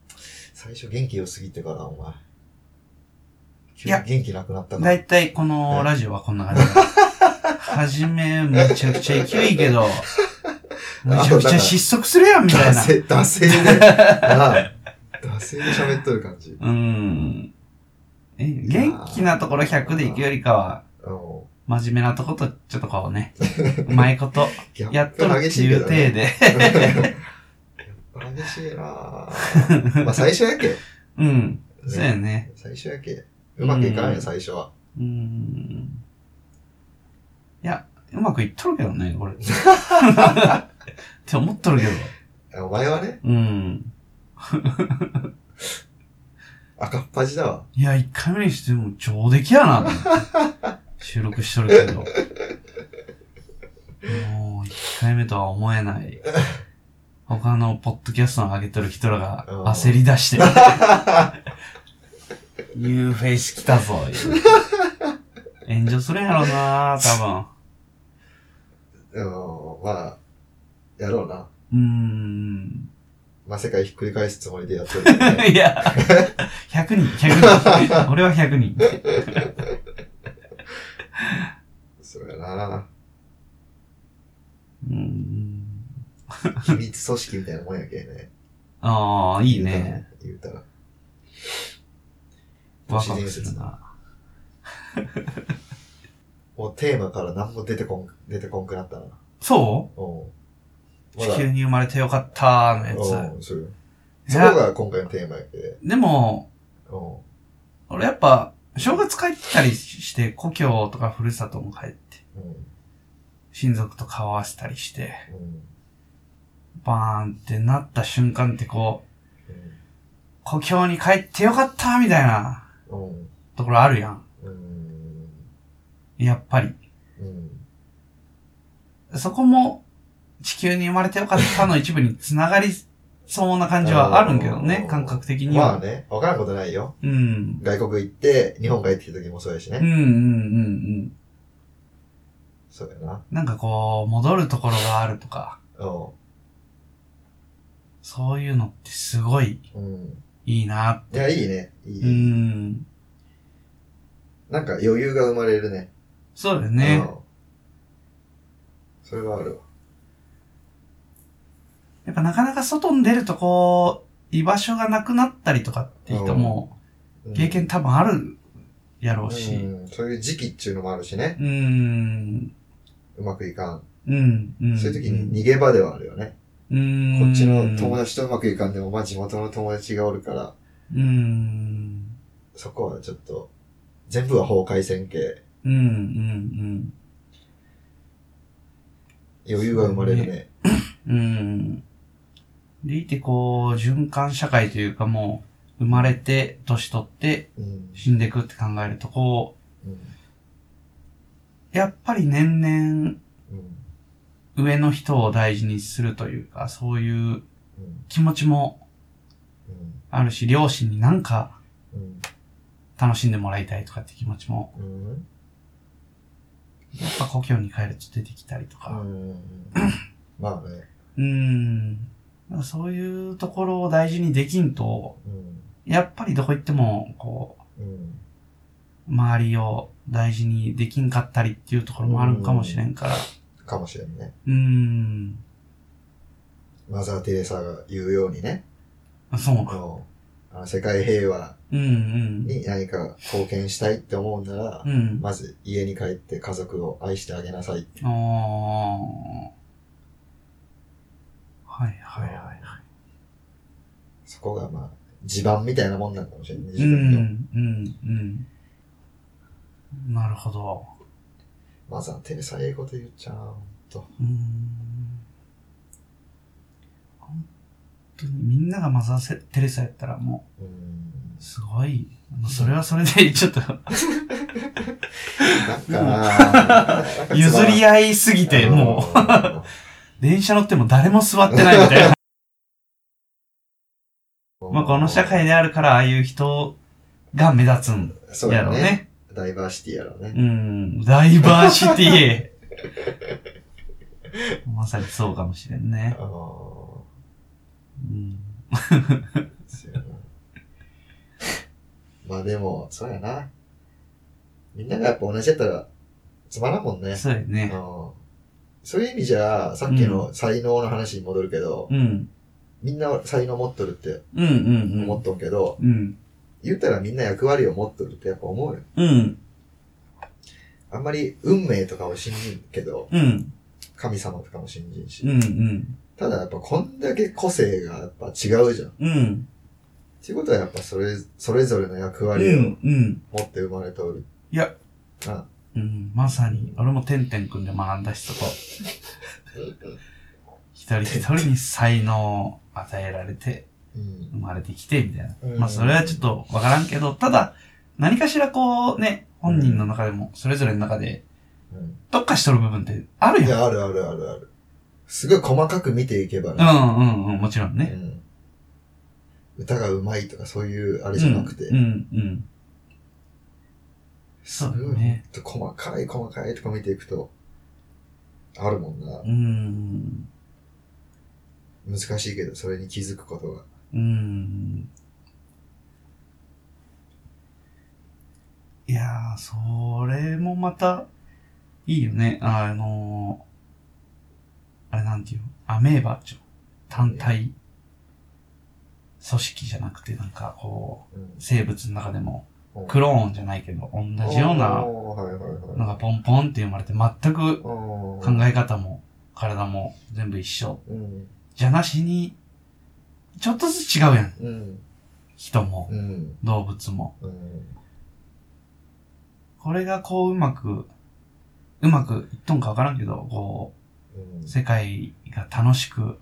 Speaker 2: ー最初元気良すぎてから、お前。急
Speaker 1: いや
Speaker 2: に元気なくなったか
Speaker 1: だ
Speaker 2: ら。
Speaker 1: いたいこのラジオはこんな感じだ。はじめ、めちゃくちゃ勢いいけど、めちゃくちゃ失速するやん、みたい
Speaker 2: 惰
Speaker 1: な。
Speaker 2: 性、惰性 で。なあ惰性で喋っとる感じ。
Speaker 1: うん。え、元気なところ100で行くよりかは、
Speaker 2: うん
Speaker 1: 真面目なとこと、ちょっとこうね、うまいこと、
Speaker 2: ギャ
Speaker 1: や
Speaker 2: ッ
Speaker 1: っと
Speaker 2: プ
Speaker 1: る
Speaker 2: 激
Speaker 1: って
Speaker 2: しい
Speaker 1: い
Speaker 2: け
Speaker 1: う
Speaker 2: ど
Speaker 1: 体
Speaker 2: ね。
Speaker 1: で。
Speaker 2: 激しいなぁ。まあ最初やけ。ね
Speaker 1: うん。そうやね。
Speaker 2: 最初やけ。うまくいかん
Speaker 1: う
Speaker 2: よ、
Speaker 1: ん
Speaker 2: 最初は。
Speaker 1: うん。いや、うまくいっとるけどね、これ。って思っとるけど。
Speaker 2: お前はね、
Speaker 1: うん。
Speaker 2: 赤っ端だわ。
Speaker 1: いや、一回目にしても上出来やなと思って、収録しとるけど。もう、一回目とは思えない。他のポッドキャストの上げとる人らが
Speaker 2: うん
Speaker 1: 焦り出してる。ニューフェイス来たぞ、言うて炎上するんやろな多
Speaker 2: うん、まあ、やろうな。
Speaker 1: 分。
Speaker 2: まあ世界ひっくり返すつもりでやってるけど
Speaker 1: う
Speaker 2: ね。
Speaker 1: ーん。いや、100人、100人。 俺は100人。
Speaker 2: そうやな
Speaker 1: うん。
Speaker 2: 秘密組織みたいなもんやけね。
Speaker 1: ああ、いいね。
Speaker 2: 言うたら。
Speaker 1: ワクワクするな。
Speaker 2: もうテーマから何も出てこん、出てこんくなったな。
Speaker 1: そう
Speaker 2: おまだ
Speaker 1: 地球に生まれてよかったーのや
Speaker 2: おそうよ
Speaker 1: つ。
Speaker 2: そ
Speaker 1: い
Speaker 2: こ
Speaker 1: や、
Speaker 2: が今回のテーマやけ。
Speaker 1: でも、
Speaker 2: お
Speaker 1: 俺やっぱ、正月帰ったりして、故郷とかふるさとも帰って、
Speaker 2: うん。
Speaker 1: 親族と顔合わせたりして、
Speaker 2: うん。
Speaker 1: バーンってなった瞬間ってこう、
Speaker 2: うん。
Speaker 1: 故郷に帰ってよかったーみたいな
Speaker 2: うん。
Speaker 1: ところあるやん。
Speaker 2: うん。
Speaker 1: やっぱり。
Speaker 2: うん。
Speaker 1: そこも、地球に生まれてよかったの一部に繋がりそうな感じはあるんけどね
Speaker 2: う、ん
Speaker 1: 感覚的に
Speaker 2: まあ
Speaker 1: は。
Speaker 2: ね、わからんことないよ。
Speaker 1: うん。
Speaker 2: 外国行って、日本帰ってきた時もそうやし
Speaker 1: うんう
Speaker 2: ね。
Speaker 1: んうんうん。
Speaker 2: そうだよな。
Speaker 1: なんかこう、戻るところがあるとか、
Speaker 2: う
Speaker 1: そういうのってすごい
Speaker 2: ん。うん。
Speaker 1: いいな。
Speaker 2: いや、いいね。いい、
Speaker 1: うー
Speaker 2: ね
Speaker 1: ん。
Speaker 2: なんか余裕が生まれるね。
Speaker 1: そうだよね。
Speaker 2: うん。それはあるわ。
Speaker 1: やっぱなかなか外に出るとこう、居場所がなくなったりとかって人も
Speaker 2: うん
Speaker 1: 経験多分あるやろう
Speaker 2: う
Speaker 1: し。
Speaker 2: ん。そういう時期っていうのもあるしね。
Speaker 1: うーん。
Speaker 2: うまくいかん。
Speaker 1: うん。うん。
Speaker 2: そういう時に逃げ場ではあるよね。
Speaker 1: うーん。
Speaker 2: こっちの友達とうまくいかんでも、まあ地元の友達がおるから、
Speaker 1: うーん。
Speaker 2: そこはちょっと、全部は崩壊せんけ、
Speaker 1: うん。うん。うん。
Speaker 2: 余裕が生まれるね。
Speaker 1: うん。でいてこう、循環社会というかもう、生まれて、年取って、
Speaker 2: うん
Speaker 1: 死んでいくって考えると、こ
Speaker 2: うん
Speaker 1: う、やっぱり年々、
Speaker 2: うん
Speaker 1: 上の人を大事にするというか、そういう
Speaker 2: うん
Speaker 1: 気持ちも
Speaker 2: うん
Speaker 1: あるし、両親になんか
Speaker 2: うん
Speaker 1: 楽しんでもらいたいとかって気持ちも、
Speaker 2: うん
Speaker 1: やっぱ故郷に帰ると出てきたりと
Speaker 2: う
Speaker 1: か。
Speaker 2: んまあね。
Speaker 1: うん。なんかそういうところを大事にできんと、
Speaker 2: うん
Speaker 1: やっぱりどこ行っても、こう、
Speaker 2: うん
Speaker 1: 周りを大事にできんかったりっていうところもあるんかもしれんから。
Speaker 2: かもしれんね。
Speaker 1: うーん。
Speaker 2: マザー・テレサが言うようにね、
Speaker 1: あそう
Speaker 2: あ。のあの世界平和
Speaker 1: うんうん。
Speaker 2: に何か貢献したいって思うなら
Speaker 1: う、ん。
Speaker 2: まず家に帰って家族を愛してあげなさいって。
Speaker 1: あーはいはいはいは
Speaker 2: そこがまあ、地盤みたいなもんなのかもしれ
Speaker 1: い。
Speaker 2: ない。
Speaker 1: う
Speaker 2: 自分の
Speaker 1: んうんうん。なるほど。
Speaker 2: マザー・テレサ英語で言っちゃうほんと。
Speaker 1: うーん。本当にみんながマザーセテレサやったらも
Speaker 2: うん
Speaker 1: う、すごい。もうそれはそれでちょっと
Speaker 2: なんかなぁ
Speaker 1: 譲り合いすぎて、もう。電車乗っても誰も座ってないみたい な。まあこの社会であるから、ああいう人が目立つん
Speaker 2: そう
Speaker 1: や
Speaker 2: や
Speaker 1: ろ
Speaker 2: ろ
Speaker 1: う
Speaker 2: うね。
Speaker 1: ね。
Speaker 2: ダイバーシティやろう
Speaker 1: う
Speaker 2: ね。
Speaker 1: ん。ダイバーシティ。 まさにそうかもしれんね。
Speaker 2: あー
Speaker 1: うん。
Speaker 2: そうやなまあでも、そうやな。みんながやっぱ同じやったらつまらんもんね。
Speaker 1: そうや
Speaker 2: あ
Speaker 1: ね。
Speaker 2: のそういう意味じゃ、さっきの才能の話に戻るけど、
Speaker 1: うん。
Speaker 2: みんな才能持っとるって
Speaker 1: うんうんう
Speaker 2: 思っ
Speaker 1: ん。
Speaker 2: とんけど、
Speaker 1: うん。
Speaker 2: 言ったらみんな役割を持っとるってやっぱ思うよ。
Speaker 1: うん。
Speaker 2: あんまり運命とかを信じんけど、
Speaker 1: うん。
Speaker 2: 神様とかも信じんし。
Speaker 1: うん。うん。
Speaker 2: ただやっぱこんだけ個性がやっぱ違うじゃん。っ
Speaker 1: うん。
Speaker 2: ていうことはやっぱそれ、それぞれの役
Speaker 1: う
Speaker 2: 割を
Speaker 1: ん。うん。
Speaker 2: 持って生まれておる。
Speaker 1: いや。
Speaker 2: あ
Speaker 1: うん。まさに、俺もてんてんくんで学んだし、そこ。一人一人に才能を与えられて、
Speaker 2: うん。
Speaker 1: 生まれてきて、みたいな。
Speaker 2: うん
Speaker 1: まあ、それはちょっとわからんけど、ただ、何かしらこうね、本人の中でも、それぞれの中で、
Speaker 2: うん。
Speaker 1: どっかしとる部分ってある
Speaker 2: い
Speaker 1: やん。
Speaker 2: や、あるあるあるある。すごい細かく見ていけば
Speaker 1: う
Speaker 2: ね。
Speaker 1: んうんうん、もちろん
Speaker 2: う
Speaker 1: ね。
Speaker 2: ん。歌が上手いとかそういうあ
Speaker 1: う
Speaker 2: れ
Speaker 1: ん
Speaker 2: じゃなくて
Speaker 1: う、んうん。
Speaker 2: す
Speaker 1: そうだ
Speaker 2: ごい
Speaker 1: ね。
Speaker 2: ほんと細かい細かいとか見ていくと、あるもんな
Speaker 1: う。ん。
Speaker 2: 難しいけど、それに気づくことが。
Speaker 1: うん。いやー、それもまた、いいよね。あのー、あれなんていうのアメーバっちょ。単体、組織じゃなくて、なんかこう、生物の中でも、
Speaker 2: うん
Speaker 1: クローンじゃないけど、同じような
Speaker 2: おーはいはいはい。
Speaker 1: のがポンポンって生まれて、全く
Speaker 2: 考
Speaker 1: 考え方も、体も全部一緒。
Speaker 2: うん。
Speaker 1: じゃなしに、ちょっとずつ違うやん。
Speaker 2: うん。
Speaker 1: 人も
Speaker 2: う、ん。
Speaker 1: 動物も。
Speaker 2: うん。
Speaker 1: これがこううまく、うまくいっとんかわからんけど、こう、世界が楽しく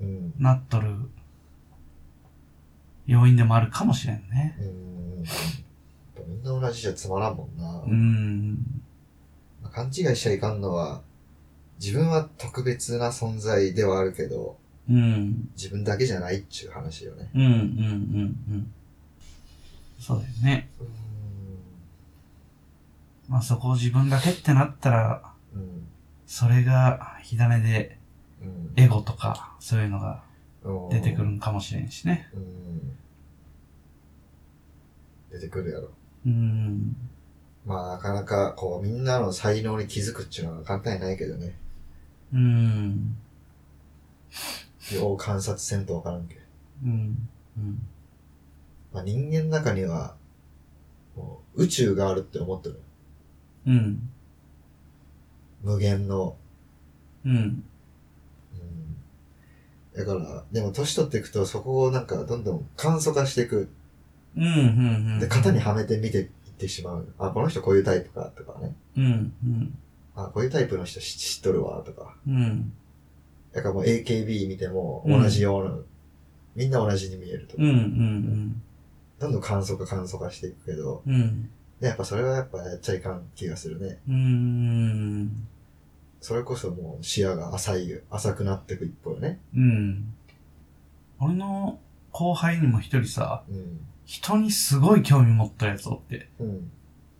Speaker 2: うん。
Speaker 1: なっとる要因でもあるかもしれんね。
Speaker 2: うん。みんな同じじゃつまらんもんな
Speaker 1: うー。ん。
Speaker 2: まあ勘違いしちゃいかんのは、自分は特別な存在ではあるけど、
Speaker 1: うん。うん、
Speaker 2: 自分だけじゃないっちゅう話よね。
Speaker 1: うん、うん、うん。そうだよね。
Speaker 2: うん。
Speaker 1: まあそこを自分だけってなったら、
Speaker 2: うん。
Speaker 1: それが、火種で、
Speaker 2: うん。
Speaker 1: エゴとか、そういうのが
Speaker 2: うん
Speaker 1: 出てくる。んかもしれんしね。
Speaker 2: うん。出てくるやろ。
Speaker 1: うん。
Speaker 2: まあ、なかなか、こう、みんなの才能に気づくっていうのは簡単にないけどね。
Speaker 1: うん。
Speaker 2: よう観察せんとわからんけど。
Speaker 1: うん。うん。
Speaker 2: まあ、人間の中には、もう、宇宙があるって思ってる。
Speaker 1: うん。
Speaker 2: 無限の。
Speaker 1: うん。
Speaker 2: うん。だから、でも年取っていくと、そこをなんか、どんどん簡素化していく。
Speaker 1: うん。うん。
Speaker 2: で、型にはめて見ていってしまう。あ、この人こういうタイプか、とかね。
Speaker 1: うん。うん。
Speaker 2: あ、こういうタイプの人知知っとるわ、とか。
Speaker 1: うん。
Speaker 2: だからもう AKB 見ても、
Speaker 1: うん
Speaker 2: 同じような、みんな同じに見えるとか。
Speaker 1: うん。うん。
Speaker 2: どんどん簡素化簡素化していくけど、
Speaker 1: うん。
Speaker 2: で、やっぱそれはやっぱやっちゃいかん気がするね。
Speaker 1: うん。
Speaker 2: それこそもう視野が浅いよ、浅くなっていく一方よね。
Speaker 1: うん。俺の後輩にも一人さ、
Speaker 2: うん。
Speaker 1: 人にすごい興味持ったやつおって。
Speaker 2: うん。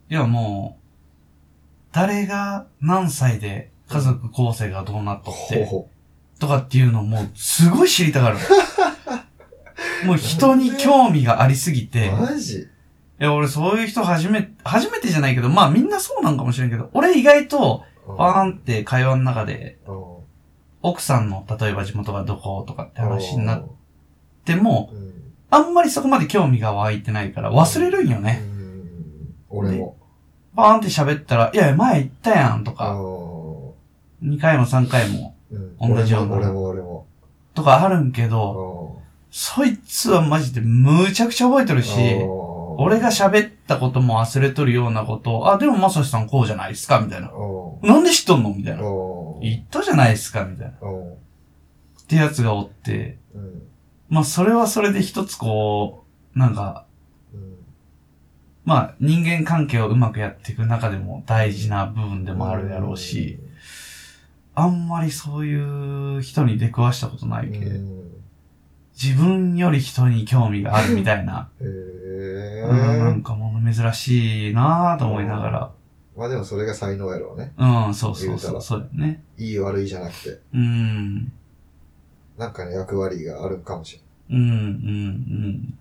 Speaker 1: 要はもう、誰が何歳で家族構成がどうなっとっ
Speaker 2: ほう
Speaker 1: て、
Speaker 2: ほ
Speaker 1: とかっていうのをもうすごい知り たがる。もう人に興味がありすぎ
Speaker 2: う。
Speaker 1: て、
Speaker 2: マジ
Speaker 1: いや俺そういう人初め、初めてじゃないけど、まあみんなそうなんかもしれんけど、俺意外とバーンって会話の中で、
Speaker 2: うん。
Speaker 1: 奥さんの例えば地元がどことかって話になっ
Speaker 2: って
Speaker 1: も、
Speaker 2: うん。
Speaker 1: あんまりそこまで興味が湧いてないから忘れるんよね。
Speaker 2: うん。俺も。
Speaker 1: バーンって喋ったら、いや、前行ったやんと
Speaker 2: あ
Speaker 1: か、
Speaker 2: の
Speaker 1: 2回も3回も、
Speaker 2: ーうん。
Speaker 1: 同じような
Speaker 2: 俺も俺も
Speaker 1: とかあるんけ
Speaker 2: 俺
Speaker 1: ど、
Speaker 2: も。
Speaker 1: そいつはマジでむちゃくちゃ覚えてるし、俺
Speaker 2: 俺
Speaker 1: が喋ったことも忘れとるようなことを、あ、でもまさしさんこうじゃないですかみたいな。
Speaker 2: お
Speaker 1: なんで知っとんのみたいな。
Speaker 2: お
Speaker 1: 言ったじゃないですかみたいな。っ
Speaker 2: お
Speaker 1: てやつがおって、
Speaker 2: うん。
Speaker 1: まあそれはそれで一つこう、なんか、
Speaker 2: うん。
Speaker 1: まあ人間関係をうまくやっていく中でも大事な部分でもあるやろうし、あんまりそういう人に出くわしたことな
Speaker 2: う
Speaker 1: いけ、
Speaker 2: ん。
Speaker 1: 自分より人に興味があるみたいな、
Speaker 2: へ え
Speaker 1: うんなんかもの珍しいなぁと思いなが
Speaker 2: まあでもそれが才能やろうね。
Speaker 1: ら。うん、そうそう
Speaker 2: 言うた
Speaker 1: そう、
Speaker 2: ら
Speaker 1: そうだよね。
Speaker 2: いい悪いじゃなくて、
Speaker 1: うん、
Speaker 2: なんかね、役割があるかもし
Speaker 1: うん、うん、うん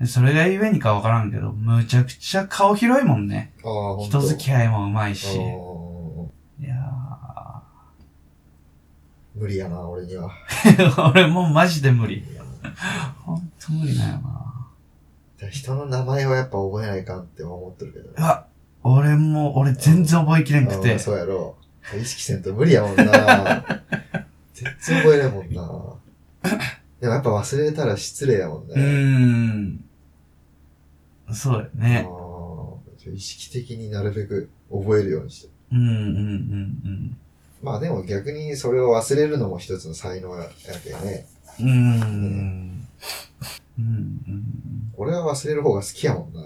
Speaker 1: で。それがゆえにかわからんけど、むちゃくちゃ顔広いもんね。
Speaker 2: れん。ああ、ほん
Speaker 1: 人付き合いもうまいし。
Speaker 2: 合
Speaker 1: いや
Speaker 2: 無理やな、俺には。
Speaker 1: ー 俺もうマジで無理。
Speaker 2: だか
Speaker 1: ほんと無理だよな
Speaker 2: ら人の名前はやっぱ覚えないかんって思ってるけど
Speaker 1: うわ、俺も、俺全然覚えきれんく
Speaker 2: ね。
Speaker 1: て
Speaker 2: あ。そうやろ。意識せんと無理やもんな。全然覚えれんもんな。でもやっぱ忘れたら失礼やもん
Speaker 1: う
Speaker 2: ね。
Speaker 1: ーん。そうだよ
Speaker 2: あ
Speaker 1: ね。
Speaker 2: ー意識的になるべく覚えるようにしてる。
Speaker 1: うんうんうん
Speaker 2: まあでも逆にそれを忘れるのも一つの才能やけどね。
Speaker 1: うん。うーん。うんうん。
Speaker 2: 俺は忘れる方が好きやもんな。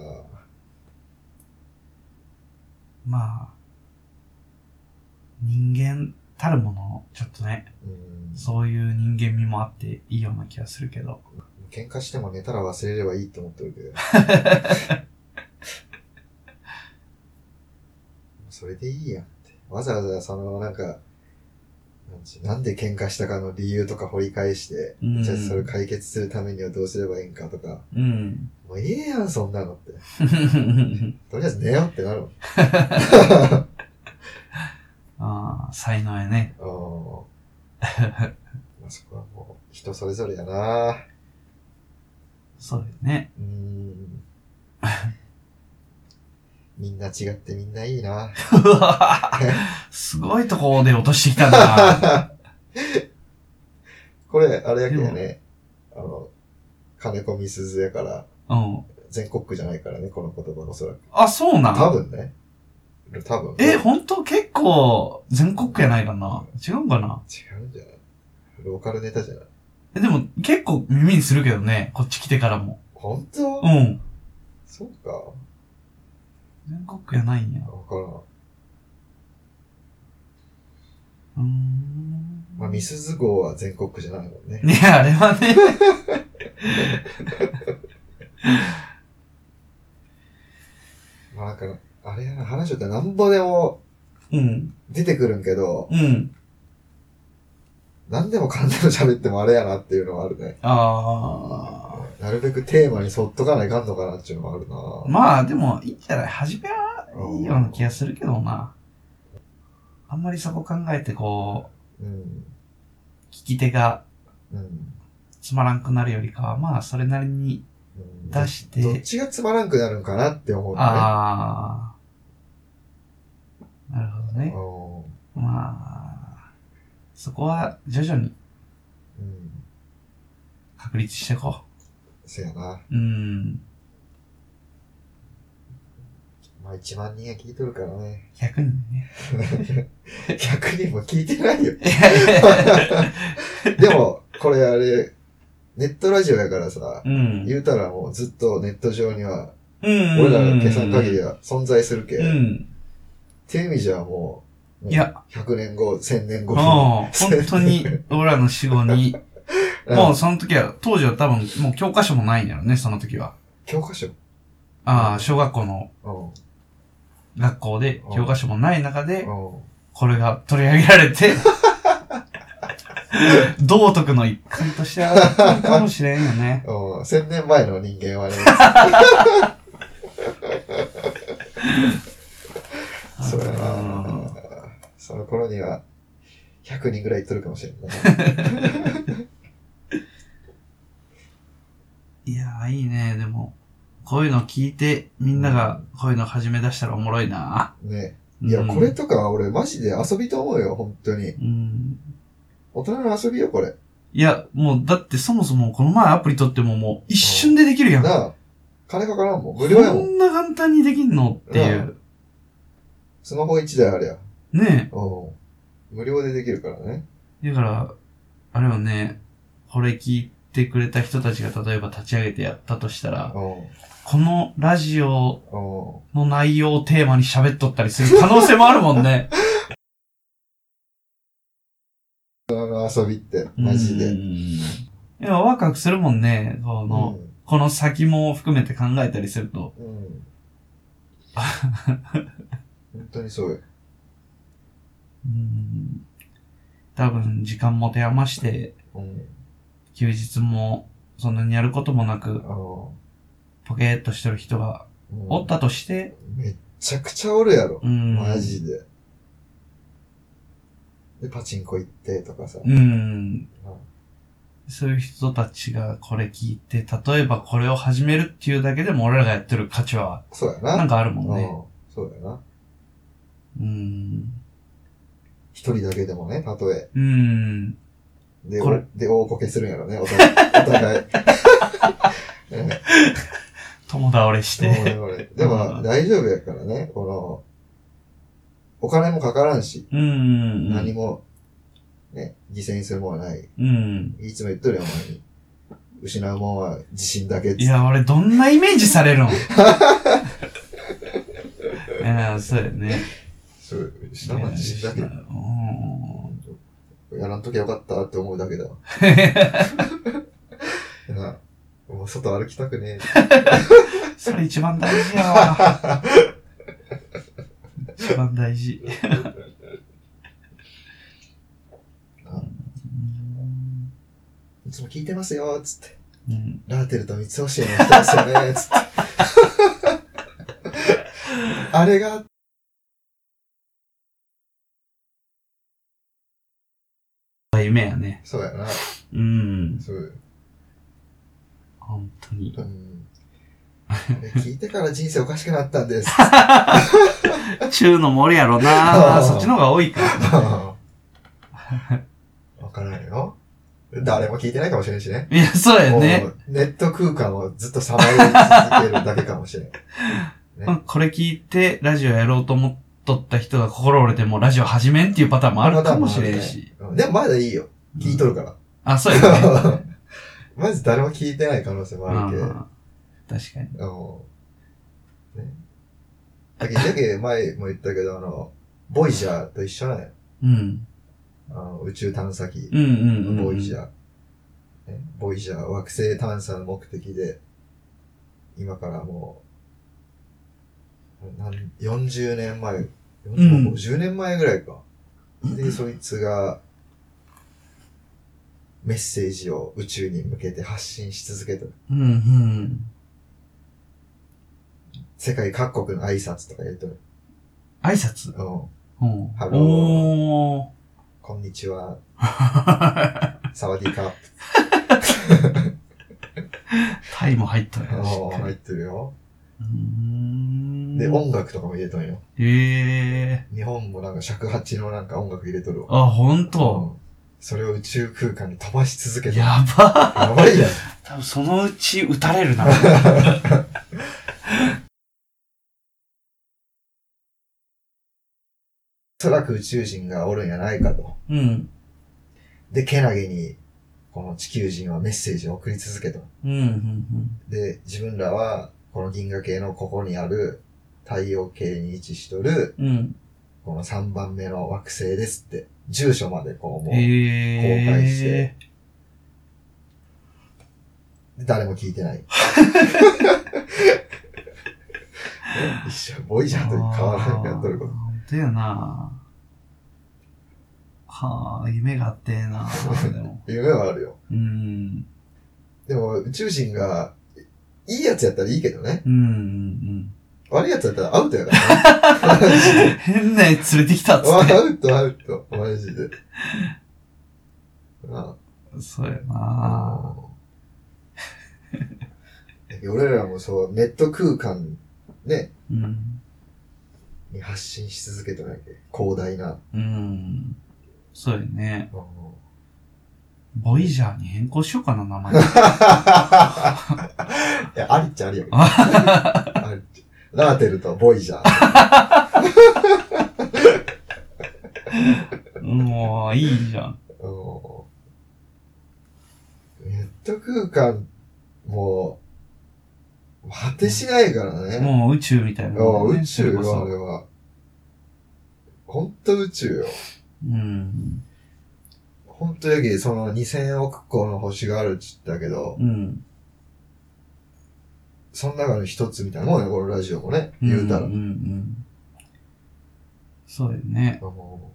Speaker 1: まあ、人間たるもの、ちょっとね、
Speaker 2: うん
Speaker 1: そういう人間味もあっていいような気がするけど。
Speaker 2: 喧嘩しても寝たら忘れればいいと思ってるけ ど。それでいいやんって。わざわざその、なんか、なんちゅうなんで喧嘩したかの理由とか掘り返して、
Speaker 1: うん
Speaker 2: じゃあそれ解決するためにはどうすればいいんかとか、
Speaker 1: うん。
Speaker 2: もうええやん、そんなのって。とりあえず寝ようってなる
Speaker 1: ああ、才能やね。
Speaker 2: も ん。うんまあそこはもう人それぞれやな
Speaker 1: そうだよ ね。
Speaker 2: う ーんみんな違ってみんないいな。
Speaker 1: うわすごいとこで落としてきたな。
Speaker 2: これ、あれやけどね、あの、金子みすずやから、
Speaker 1: うん。
Speaker 2: 全国区じゃないからね、この言葉おそらく。
Speaker 1: あ、そうなん
Speaker 2: 多分ね。多分。
Speaker 1: え、
Speaker 2: 違
Speaker 1: ほんと結構、全国区やないかな違うんかな
Speaker 2: うんじゃないローカルネタじゃない
Speaker 1: え、でも結構耳にするけどね、こっち来てからも。
Speaker 2: 本当、
Speaker 1: うん。
Speaker 2: そうか。わ
Speaker 1: 全国区やないんや。
Speaker 2: からん。
Speaker 1: うーん。
Speaker 2: まあ、みすず号は全国区じゃないもんね。
Speaker 1: ね、あれはね。
Speaker 2: まあ、なんか、あれやな、話しよったらなんぼでも
Speaker 1: うん。
Speaker 2: 出てくるんけど、
Speaker 1: うん。
Speaker 2: 何でもかんでも喋ってもあれやなっていうのはあるね。
Speaker 1: あ
Speaker 2: なるべくテーマに沿っとかないかんのかなっていうのはある
Speaker 1: あ。
Speaker 2: な
Speaker 1: まあ、でも、いいんじゃない初めはいいような気がするけどな。あんまりそこ考えて、こ
Speaker 2: うん。
Speaker 1: う、聞き手が
Speaker 2: うん。
Speaker 1: つまらんくなるよりかは、まあ、それなりに
Speaker 2: うん
Speaker 1: 出し、
Speaker 2: どってちがつまらんくなるんかなって思うのね。
Speaker 1: ああ。なるほどね。
Speaker 2: うん
Speaker 1: まあ、そこは徐々に
Speaker 2: うん。
Speaker 1: 確立していこ
Speaker 2: せやな。
Speaker 1: う。うん。
Speaker 2: まあ1万人が聞いとるからね。
Speaker 1: 100人ね。
Speaker 2: 100人も聞いてないよ。
Speaker 1: い や
Speaker 2: でも、これあれ、ネットラジオやからさ、
Speaker 1: うん。
Speaker 2: 言うたらもうずっとネット上には、
Speaker 1: うん。
Speaker 2: 俺らが計算限りは存在するけ。
Speaker 1: う
Speaker 2: っ
Speaker 1: ん。
Speaker 2: ていう意味じゃもう、もう
Speaker 1: いや、
Speaker 2: 100年後、1000年後
Speaker 1: もう、本当に、俺らの死後に、
Speaker 2: うん
Speaker 1: もうその時は、当時は多分、もう教科書もないんだろうね、その時は。
Speaker 2: 教科書うん。
Speaker 1: ああ、小学校の
Speaker 2: うん。
Speaker 1: 学校で
Speaker 2: うん
Speaker 1: 教科書もない中で、これが取り上げられ て、道徳の一環としてあったのかもしれんよね。
Speaker 2: うん。1000年前の人間はね、 そうや
Speaker 1: うん
Speaker 2: な。その頃には、100人ぐらいいっとるかもしれんない。
Speaker 1: いやー、いいね、でも。こういうの聞いて、みんながこういうの始め出したらおもろいな。
Speaker 2: ね。いや、
Speaker 1: うん
Speaker 2: これとか俺マジで遊びと思うよ、本当に。
Speaker 1: うん。
Speaker 2: 大人の遊びよ、これ。
Speaker 1: いや、もう、だってそもそもこの前アプリ取ってももう一瞬でできるやん。
Speaker 2: なあ、金かからんもん。無料や
Speaker 1: こ
Speaker 2: もん。
Speaker 1: んな簡単にできんのっていう。
Speaker 2: スマホ1台ありゃ。
Speaker 1: ね
Speaker 2: うん。無料でできるからね。
Speaker 1: え。だから、あれよね、これ聞いてくれた人たちが例えば立ち上げてやったとしたら、
Speaker 2: う
Speaker 1: このラジオ
Speaker 2: ん。うん。
Speaker 1: の内容をテーマに喋っとったりする可能性もあるもんね。
Speaker 2: 大人の遊びって、 マジ
Speaker 1: うん。
Speaker 2: で。
Speaker 1: いや、ワクワクするもんね。こ
Speaker 2: う
Speaker 1: の、
Speaker 2: ん。
Speaker 1: この先も含めて考えたりすると。
Speaker 2: うん。本当にそうよ。
Speaker 1: うん。多分、時間も手余して、
Speaker 2: うん。
Speaker 1: 休日もそんなにやることもなく
Speaker 2: あ、の、
Speaker 1: ポケーっとしてる人が
Speaker 2: うん
Speaker 1: おったとして、
Speaker 2: めっちゃくちゃおるやろ。
Speaker 1: うん。
Speaker 2: マジで。で、パチンコ行ってとかさ。
Speaker 1: うん。そういう人たちがこれ聞いて、例えばこれを始めるっていうだけでも俺らがやってる価値は
Speaker 2: そうやな。
Speaker 1: なんかある
Speaker 2: う
Speaker 1: もんね。
Speaker 2: ん。そうやな。
Speaker 1: うん。
Speaker 2: 一人だけでもね、たとえ。
Speaker 1: うん。
Speaker 2: で、
Speaker 1: これ
Speaker 2: おで、大こけするんやろね、お互い。お互い。
Speaker 1: 友倒れし
Speaker 2: でも
Speaker 1: て。
Speaker 2: ね俺 でも、大丈夫やからね、この、お金もかからんし、
Speaker 1: うん。
Speaker 2: 何も、ね、犠牲にするもんはない。
Speaker 1: うん。
Speaker 2: いつも言っとるよ、お前に。失うもんは自信だけっつって
Speaker 1: いや、俺どんなイメージさ れるのいや、そうやね。
Speaker 2: そう、失うもんは自信だけ。
Speaker 1: うん
Speaker 2: やらんときゃよかったって思うだけだわ。なもう外歩きたくね
Speaker 1: それ一番大事やわ。一番大事。
Speaker 2: えな。いつも聞いてますよ、つって。
Speaker 1: うん、
Speaker 2: ラーテルと三ツ星の人ですよね、つって。あれが、
Speaker 1: 夢やね。
Speaker 2: そうやな。
Speaker 1: うん。
Speaker 2: そう。
Speaker 1: 本当に。
Speaker 2: うん。あれ聞いてから人生おかしくなったんです。
Speaker 1: 中の森やろ な。そっちの方が多いか。
Speaker 2: わからんよ。誰も聞いてないかもしれんしね。
Speaker 1: いや、そうやね
Speaker 2: も。うネット空間をずっとさまよい続けるだけかも しれん。
Speaker 1: まあこれ聞いて、ラジオやろうと思っとった人が心折れてもうラジオ始めんっていうパターンもあるかもしれんし。
Speaker 2: うんでもまだいいよ。聞いとるから。
Speaker 1: あ、そうやね。
Speaker 2: まず誰も聞いてない可能性もあるけ。
Speaker 1: あー確かに。
Speaker 2: あの、ね。だけだけ前も言ったけど、あの、ボイジャーと一緒なんよ。
Speaker 1: うん。
Speaker 2: あの宇宙探査機
Speaker 1: う、んうんうんうん。
Speaker 2: ボイジャー。ねボイジャー、惑星探査の目的で、今からもう、なん40年前、
Speaker 1: うん
Speaker 2: もう10年前ぐらいか。で、そいつが、メッセージを宇宙に向けて発信し続けた。
Speaker 1: うん、うん。
Speaker 2: 世界各国の挨拶とか言うとね、
Speaker 1: 挨拶
Speaker 2: あの、
Speaker 1: うん。
Speaker 2: ハロー
Speaker 1: おー。
Speaker 2: こんにちは、サワディーカッ
Speaker 1: タイも入ったね。し
Speaker 2: プ、お
Speaker 1: っか
Speaker 2: ー入
Speaker 1: り。
Speaker 2: ってるよ。
Speaker 1: うーん。
Speaker 2: で、音楽とかも入れとんよ。
Speaker 1: ええ
Speaker 2: 日本もなんか尺八のなんか音楽入れとるわ。
Speaker 1: ー。あ、ほんと。
Speaker 2: うんそれを宇宙空間に飛ばし続けて。
Speaker 1: やば。
Speaker 2: やばいやん。
Speaker 1: 多分そのうち撃たれるな。
Speaker 2: おそらく宇宙人がおるんやないかと。
Speaker 1: うん。
Speaker 2: で、けなげに、この地球人はメッセージを送り続けた。
Speaker 1: うん、うん、
Speaker 2: で、自分らは、この銀河系のここにある、太陽系に位置しとる、
Speaker 1: うん。うん。
Speaker 2: この3番目の惑星ですって、住所までこう、もう、
Speaker 1: ええー。
Speaker 2: 公開して。誰も聞い てない。一緒、ボイジャーと変わらんやっとること。
Speaker 1: 本当やなはあ、夢があってえなでも。
Speaker 2: 夢はあるよ。
Speaker 1: うん。
Speaker 2: でも、宇宙人が、いいやつやったらいいけどね。
Speaker 1: うん、うん、
Speaker 2: 悪いやつやったらアウトや からね。
Speaker 1: うん。変なやつ連れてきたっつっ
Speaker 2: アウトアウト、マジで。あ
Speaker 1: て。そうやな
Speaker 2: 俺らもそう、ネット空間、ね、
Speaker 1: うん。
Speaker 2: に発信し続けてないけ広大な。
Speaker 1: うん。そうやね。
Speaker 2: うん
Speaker 1: ボイジャーに変更しようかな、名前。
Speaker 2: いや、ありっちゃあり やけど。ありっちゃ。ラーテルとボイジャー。
Speaker 1: もう、いいじゃん。
Speaker 2: うんネット空間、もう、果てしないからね。
Speaker 1: もう宇宙みたいな
Speaker 2: ああ
Speaker 1: もんね、
Speaker 2: 宇宙
Speaker 1: それ
Speaker 2: よ、あ
Speaker 1: こ
Speaker 2: れ
Speaker 1: そ
Speaker 2: は。ほんと宇宙よ。
Speaker 1: うん。
Speaker 2: ほんとやけ、その2000億個の星があるっつったけど、
Speaker 1: うん。
Speaker 2: その中の一つみたいなもんよ、このラジオもね。言うたら。
Speaker 1: んうんうん。そうやね。
Speaker 2: も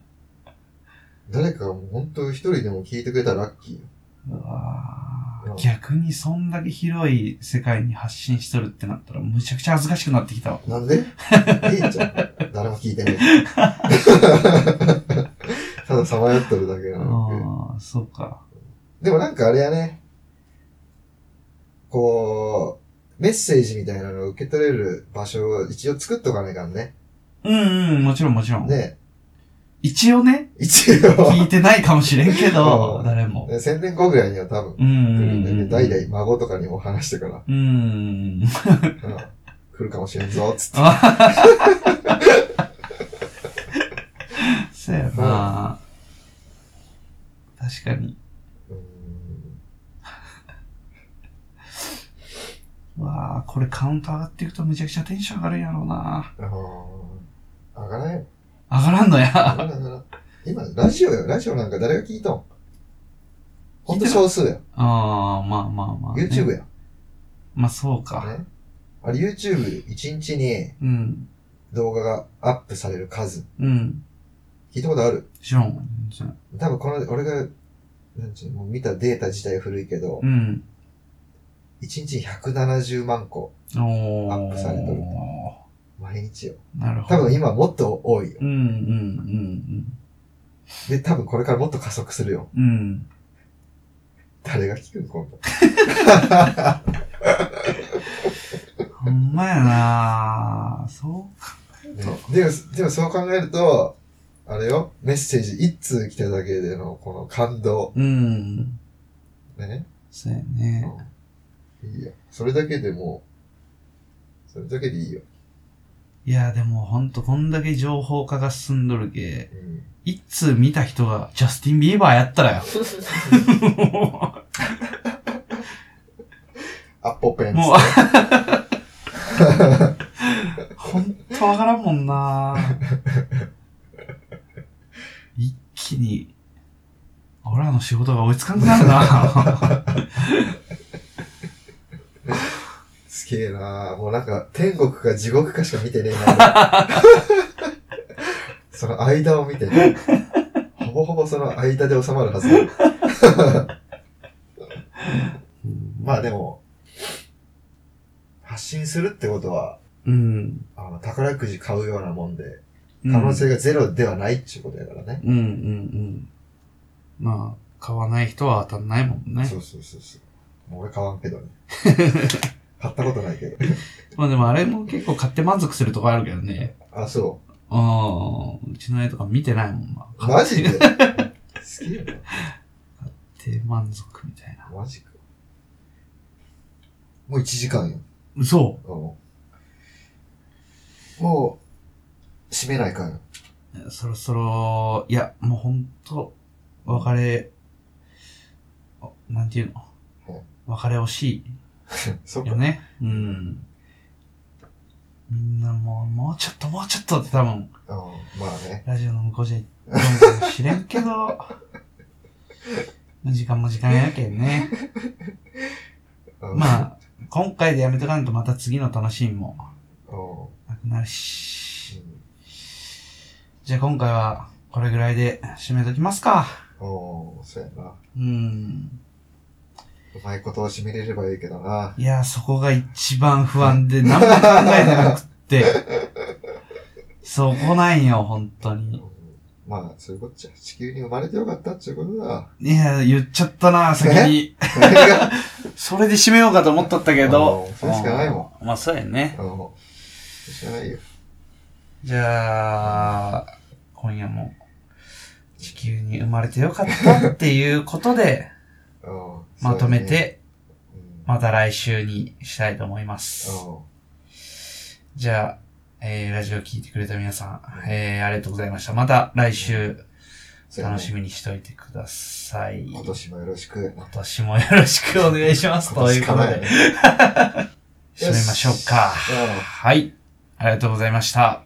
Speaker 2: う誰かがもうほんと一人でも聞いてくれたらラッキーよ。
Speaker 1: うわ
Speaker 2: うん
Speaker 1: ー逆にそんだけ広い世界に発信しとるってなったら、むちゃくちゃ恥ずかしくなってきたわ。
Speaker 2: なん でいいじゃん。誰も聞いてない。たださまよっとるだけなのに。
Speaker 1: ああ、そうか。
Speaker 2: でもなんかあれやね。こう、メッセージみたいなのを受け取れる場所を一応作っとかないかんね。
Speaker 1: うんうん、もちろんもちろん。
Speaker 2: ね。
Speaker 1: 一応ね、
Speaker 2: 一
Speaker 1: 聞
Speaker 2: 応。
Speaker 1: いてないかもしれんけ
Speaker 2: う
Speaker 1: ど
Speaker 2: ん、
Speaker 1: 誰も。
Speaker 2: 宣伝後ぐらいには多
Speaker 1: う、
Speaker 2: 分
Speaker 1: ん
Speaker 2: 来
Speaker 1: う
Speaker 2: るん
Speaker 1: ん
Speaker 2: で
Speaker 1: うん
Speaker 2: ね。代々孫とかにも話してから、
Speaker 1: うんうんうん。
Speaker 2: うん来るかもしれんぞ、つって。
Speaker 1: そうやな。確かに。
Speaker 2: うん
Speaker 1: うわあ、これカウント上がっていくとむちゃくちゃテンション上がるんやろうな。
Speaker 2: あー上がらない。
Speaker 1: 上がらんの
Speaker 2: 上
Speaker 1: や。
Speaker 2: がらん上がらん今、ラジオよ。ラジオなんか誰が聞いとんほんと少数や。
Speaker 1: ああ、まあまあまあ、ね。
Speaker 2: YouTube や。
Speaker 1: まあそうか。
Speaker 2: ね。あれ YouTube1 日に
Speaker 1: うん。
Speaker 2: 動画がアップされる数。
Speaker 1: うん。
Speaker 2: 聞いたことある
Speaker 1: 知らんわ。全然
Speaker 2: 多分この、俺が、なんちゅうの、もう見たデータ自体古いけど、
Speaker 1: うん。
Speaker 2: 1日170万個。
Speaker 1: おー。
Speaker 2: アップされとる毎日よ。
Speaker 1: なるほ
Speaker 2: 多
Speaker 1: ど。
Speaker 2: 分今もっと多いよ。
Speaker 1: うんうんうん
Speaker 2: で、多分これからもっと加速するよ。
Speaker 1: うん。うん。
Speaker 2: 誰が聞くん今度。
Speaker 1: ほんまやなそうか。
Speaker 2: ねでも、でもそう考えると、あれよ、メッセージ1通来ただけでのこの感動。
Speaker 1: うん。
Speaker 2: ね。
Speaker 1: そうやね。
Speaker 2: うんいいよ。それだけでもう、それだけでいいよ。
Speaker 1: いや、でもほんとこんだけ情報化が進んどるけ、
Speaker 2: うん。
Speaker 1: 一通見た人がジャスティン・ビーバーやったらよ。も
Speaker 2: アッポペン
Speaker 1: う、
Speaker 2: ツ
Speaker 1: もうほんとわからんもんな一気に、俺らの仕 事が追いつかんくなるな
Speaker 2: 好きげえなもうなんか、天国か地獄かしか見てねえな その間を見てね。ほぼほぼその間で収まるはず だうんまあでも、発信するってことは、
Speaker 1: うん。
Speaker 2: あの、宝くじ買うようなもんで、
Speaker 1: うん
Speaker 2: 可能性がゼロではないっていうことだからね。
Speaker 1: うんうんうん。まあ、買わない人は当たんないもんね。
Speaker 2: そうそうそうそう。もう俺買わんけ どね。買ったことないけど。
Speaker 1: まあでもあれも結構買って満足するとこあるけどね。
Speaker 2: あ、そ
Speaker 1: うん。うちの絵とか見てないもんな。
Speaker 2: う。マジで好きよ
Speaker 1: 買って満足みたいな。
Speaker 2: な。マジか。もう1時間よ。
Speaker 1: 嘘
Speaker 2: うんもう、閉めないかよ。
Speaker 1: そろそろ、いや、もうほんと、別れ、あなんていうの別れ惜し
Speaker 2: そっ
Speaker 1: いよ
Speaker 2: か。
Speaker 1: ね。うん。みんなもう、もうちょっと、もうちょっとって多分、
Speaker 2: うんまあね。
Speaker 1: ラジオの向こうじゃ言ってるかもしれんけど、 時間も時間やけんね。
Speaker 2: うん
Speaker 1: まあ、今回でやめとかんとまた次の楽しみも
Speaker 2: うん
Speaker 1: なくなるし。じゃあ今回はこれぐらいで締めときますか。
Speaker 2: うん。うん。そうやな。
Speaker 1: うん。
Speaker 2: うまいことを締めれればいいけどな。
Speaker 1: いや、そこが一番不安で、何も考えなくって。そこなんよ、本当
Speaker 2: う
Speaker 1: に。
Speaker 2: んまあ、そういうこっちゃ。地球に生まれてよかったっていうことだ。
Speaker 1: いや、言っちゃったな、先に。
Speaker 2: それが
Speaker 1: それで締めようかと思っとったけど
Speaker 2: うん。それしかないも
Speaker 1: ん。まあ、そうやね。
Speaker 2: あの、知らないよ。
Speaker 1: じゃあ、今夜も、地球に生まれてよかったっていうことで、
Speaker 2: うん
Speaker 1: まとめ、
Speaker 2: そうだね
Speaker 1: て、
Speaker 2: うん
Speaker 1: また来週にしたいと思います。じゃあ、えー、ラジオ聞いてくれた皆さん、えー、ありがとうございました。また来週、
Speaker 2: うん
Speaker 1: 楽しみにしておいてください。
Speaker 2: 今年もよろしく。
Speaker 1: 今年もよろしくお願いします。
Speaker 2: 今
Speaker 1: とい
Speaker 2: 年
Speaker 1: うこ
Speaker 2: か
Speaker 1: と
Speaker 2: な
Speaker 1: で、締めましょうか。
Speaker 2: よしうん
Speaker 1: はい。ありがとうございました。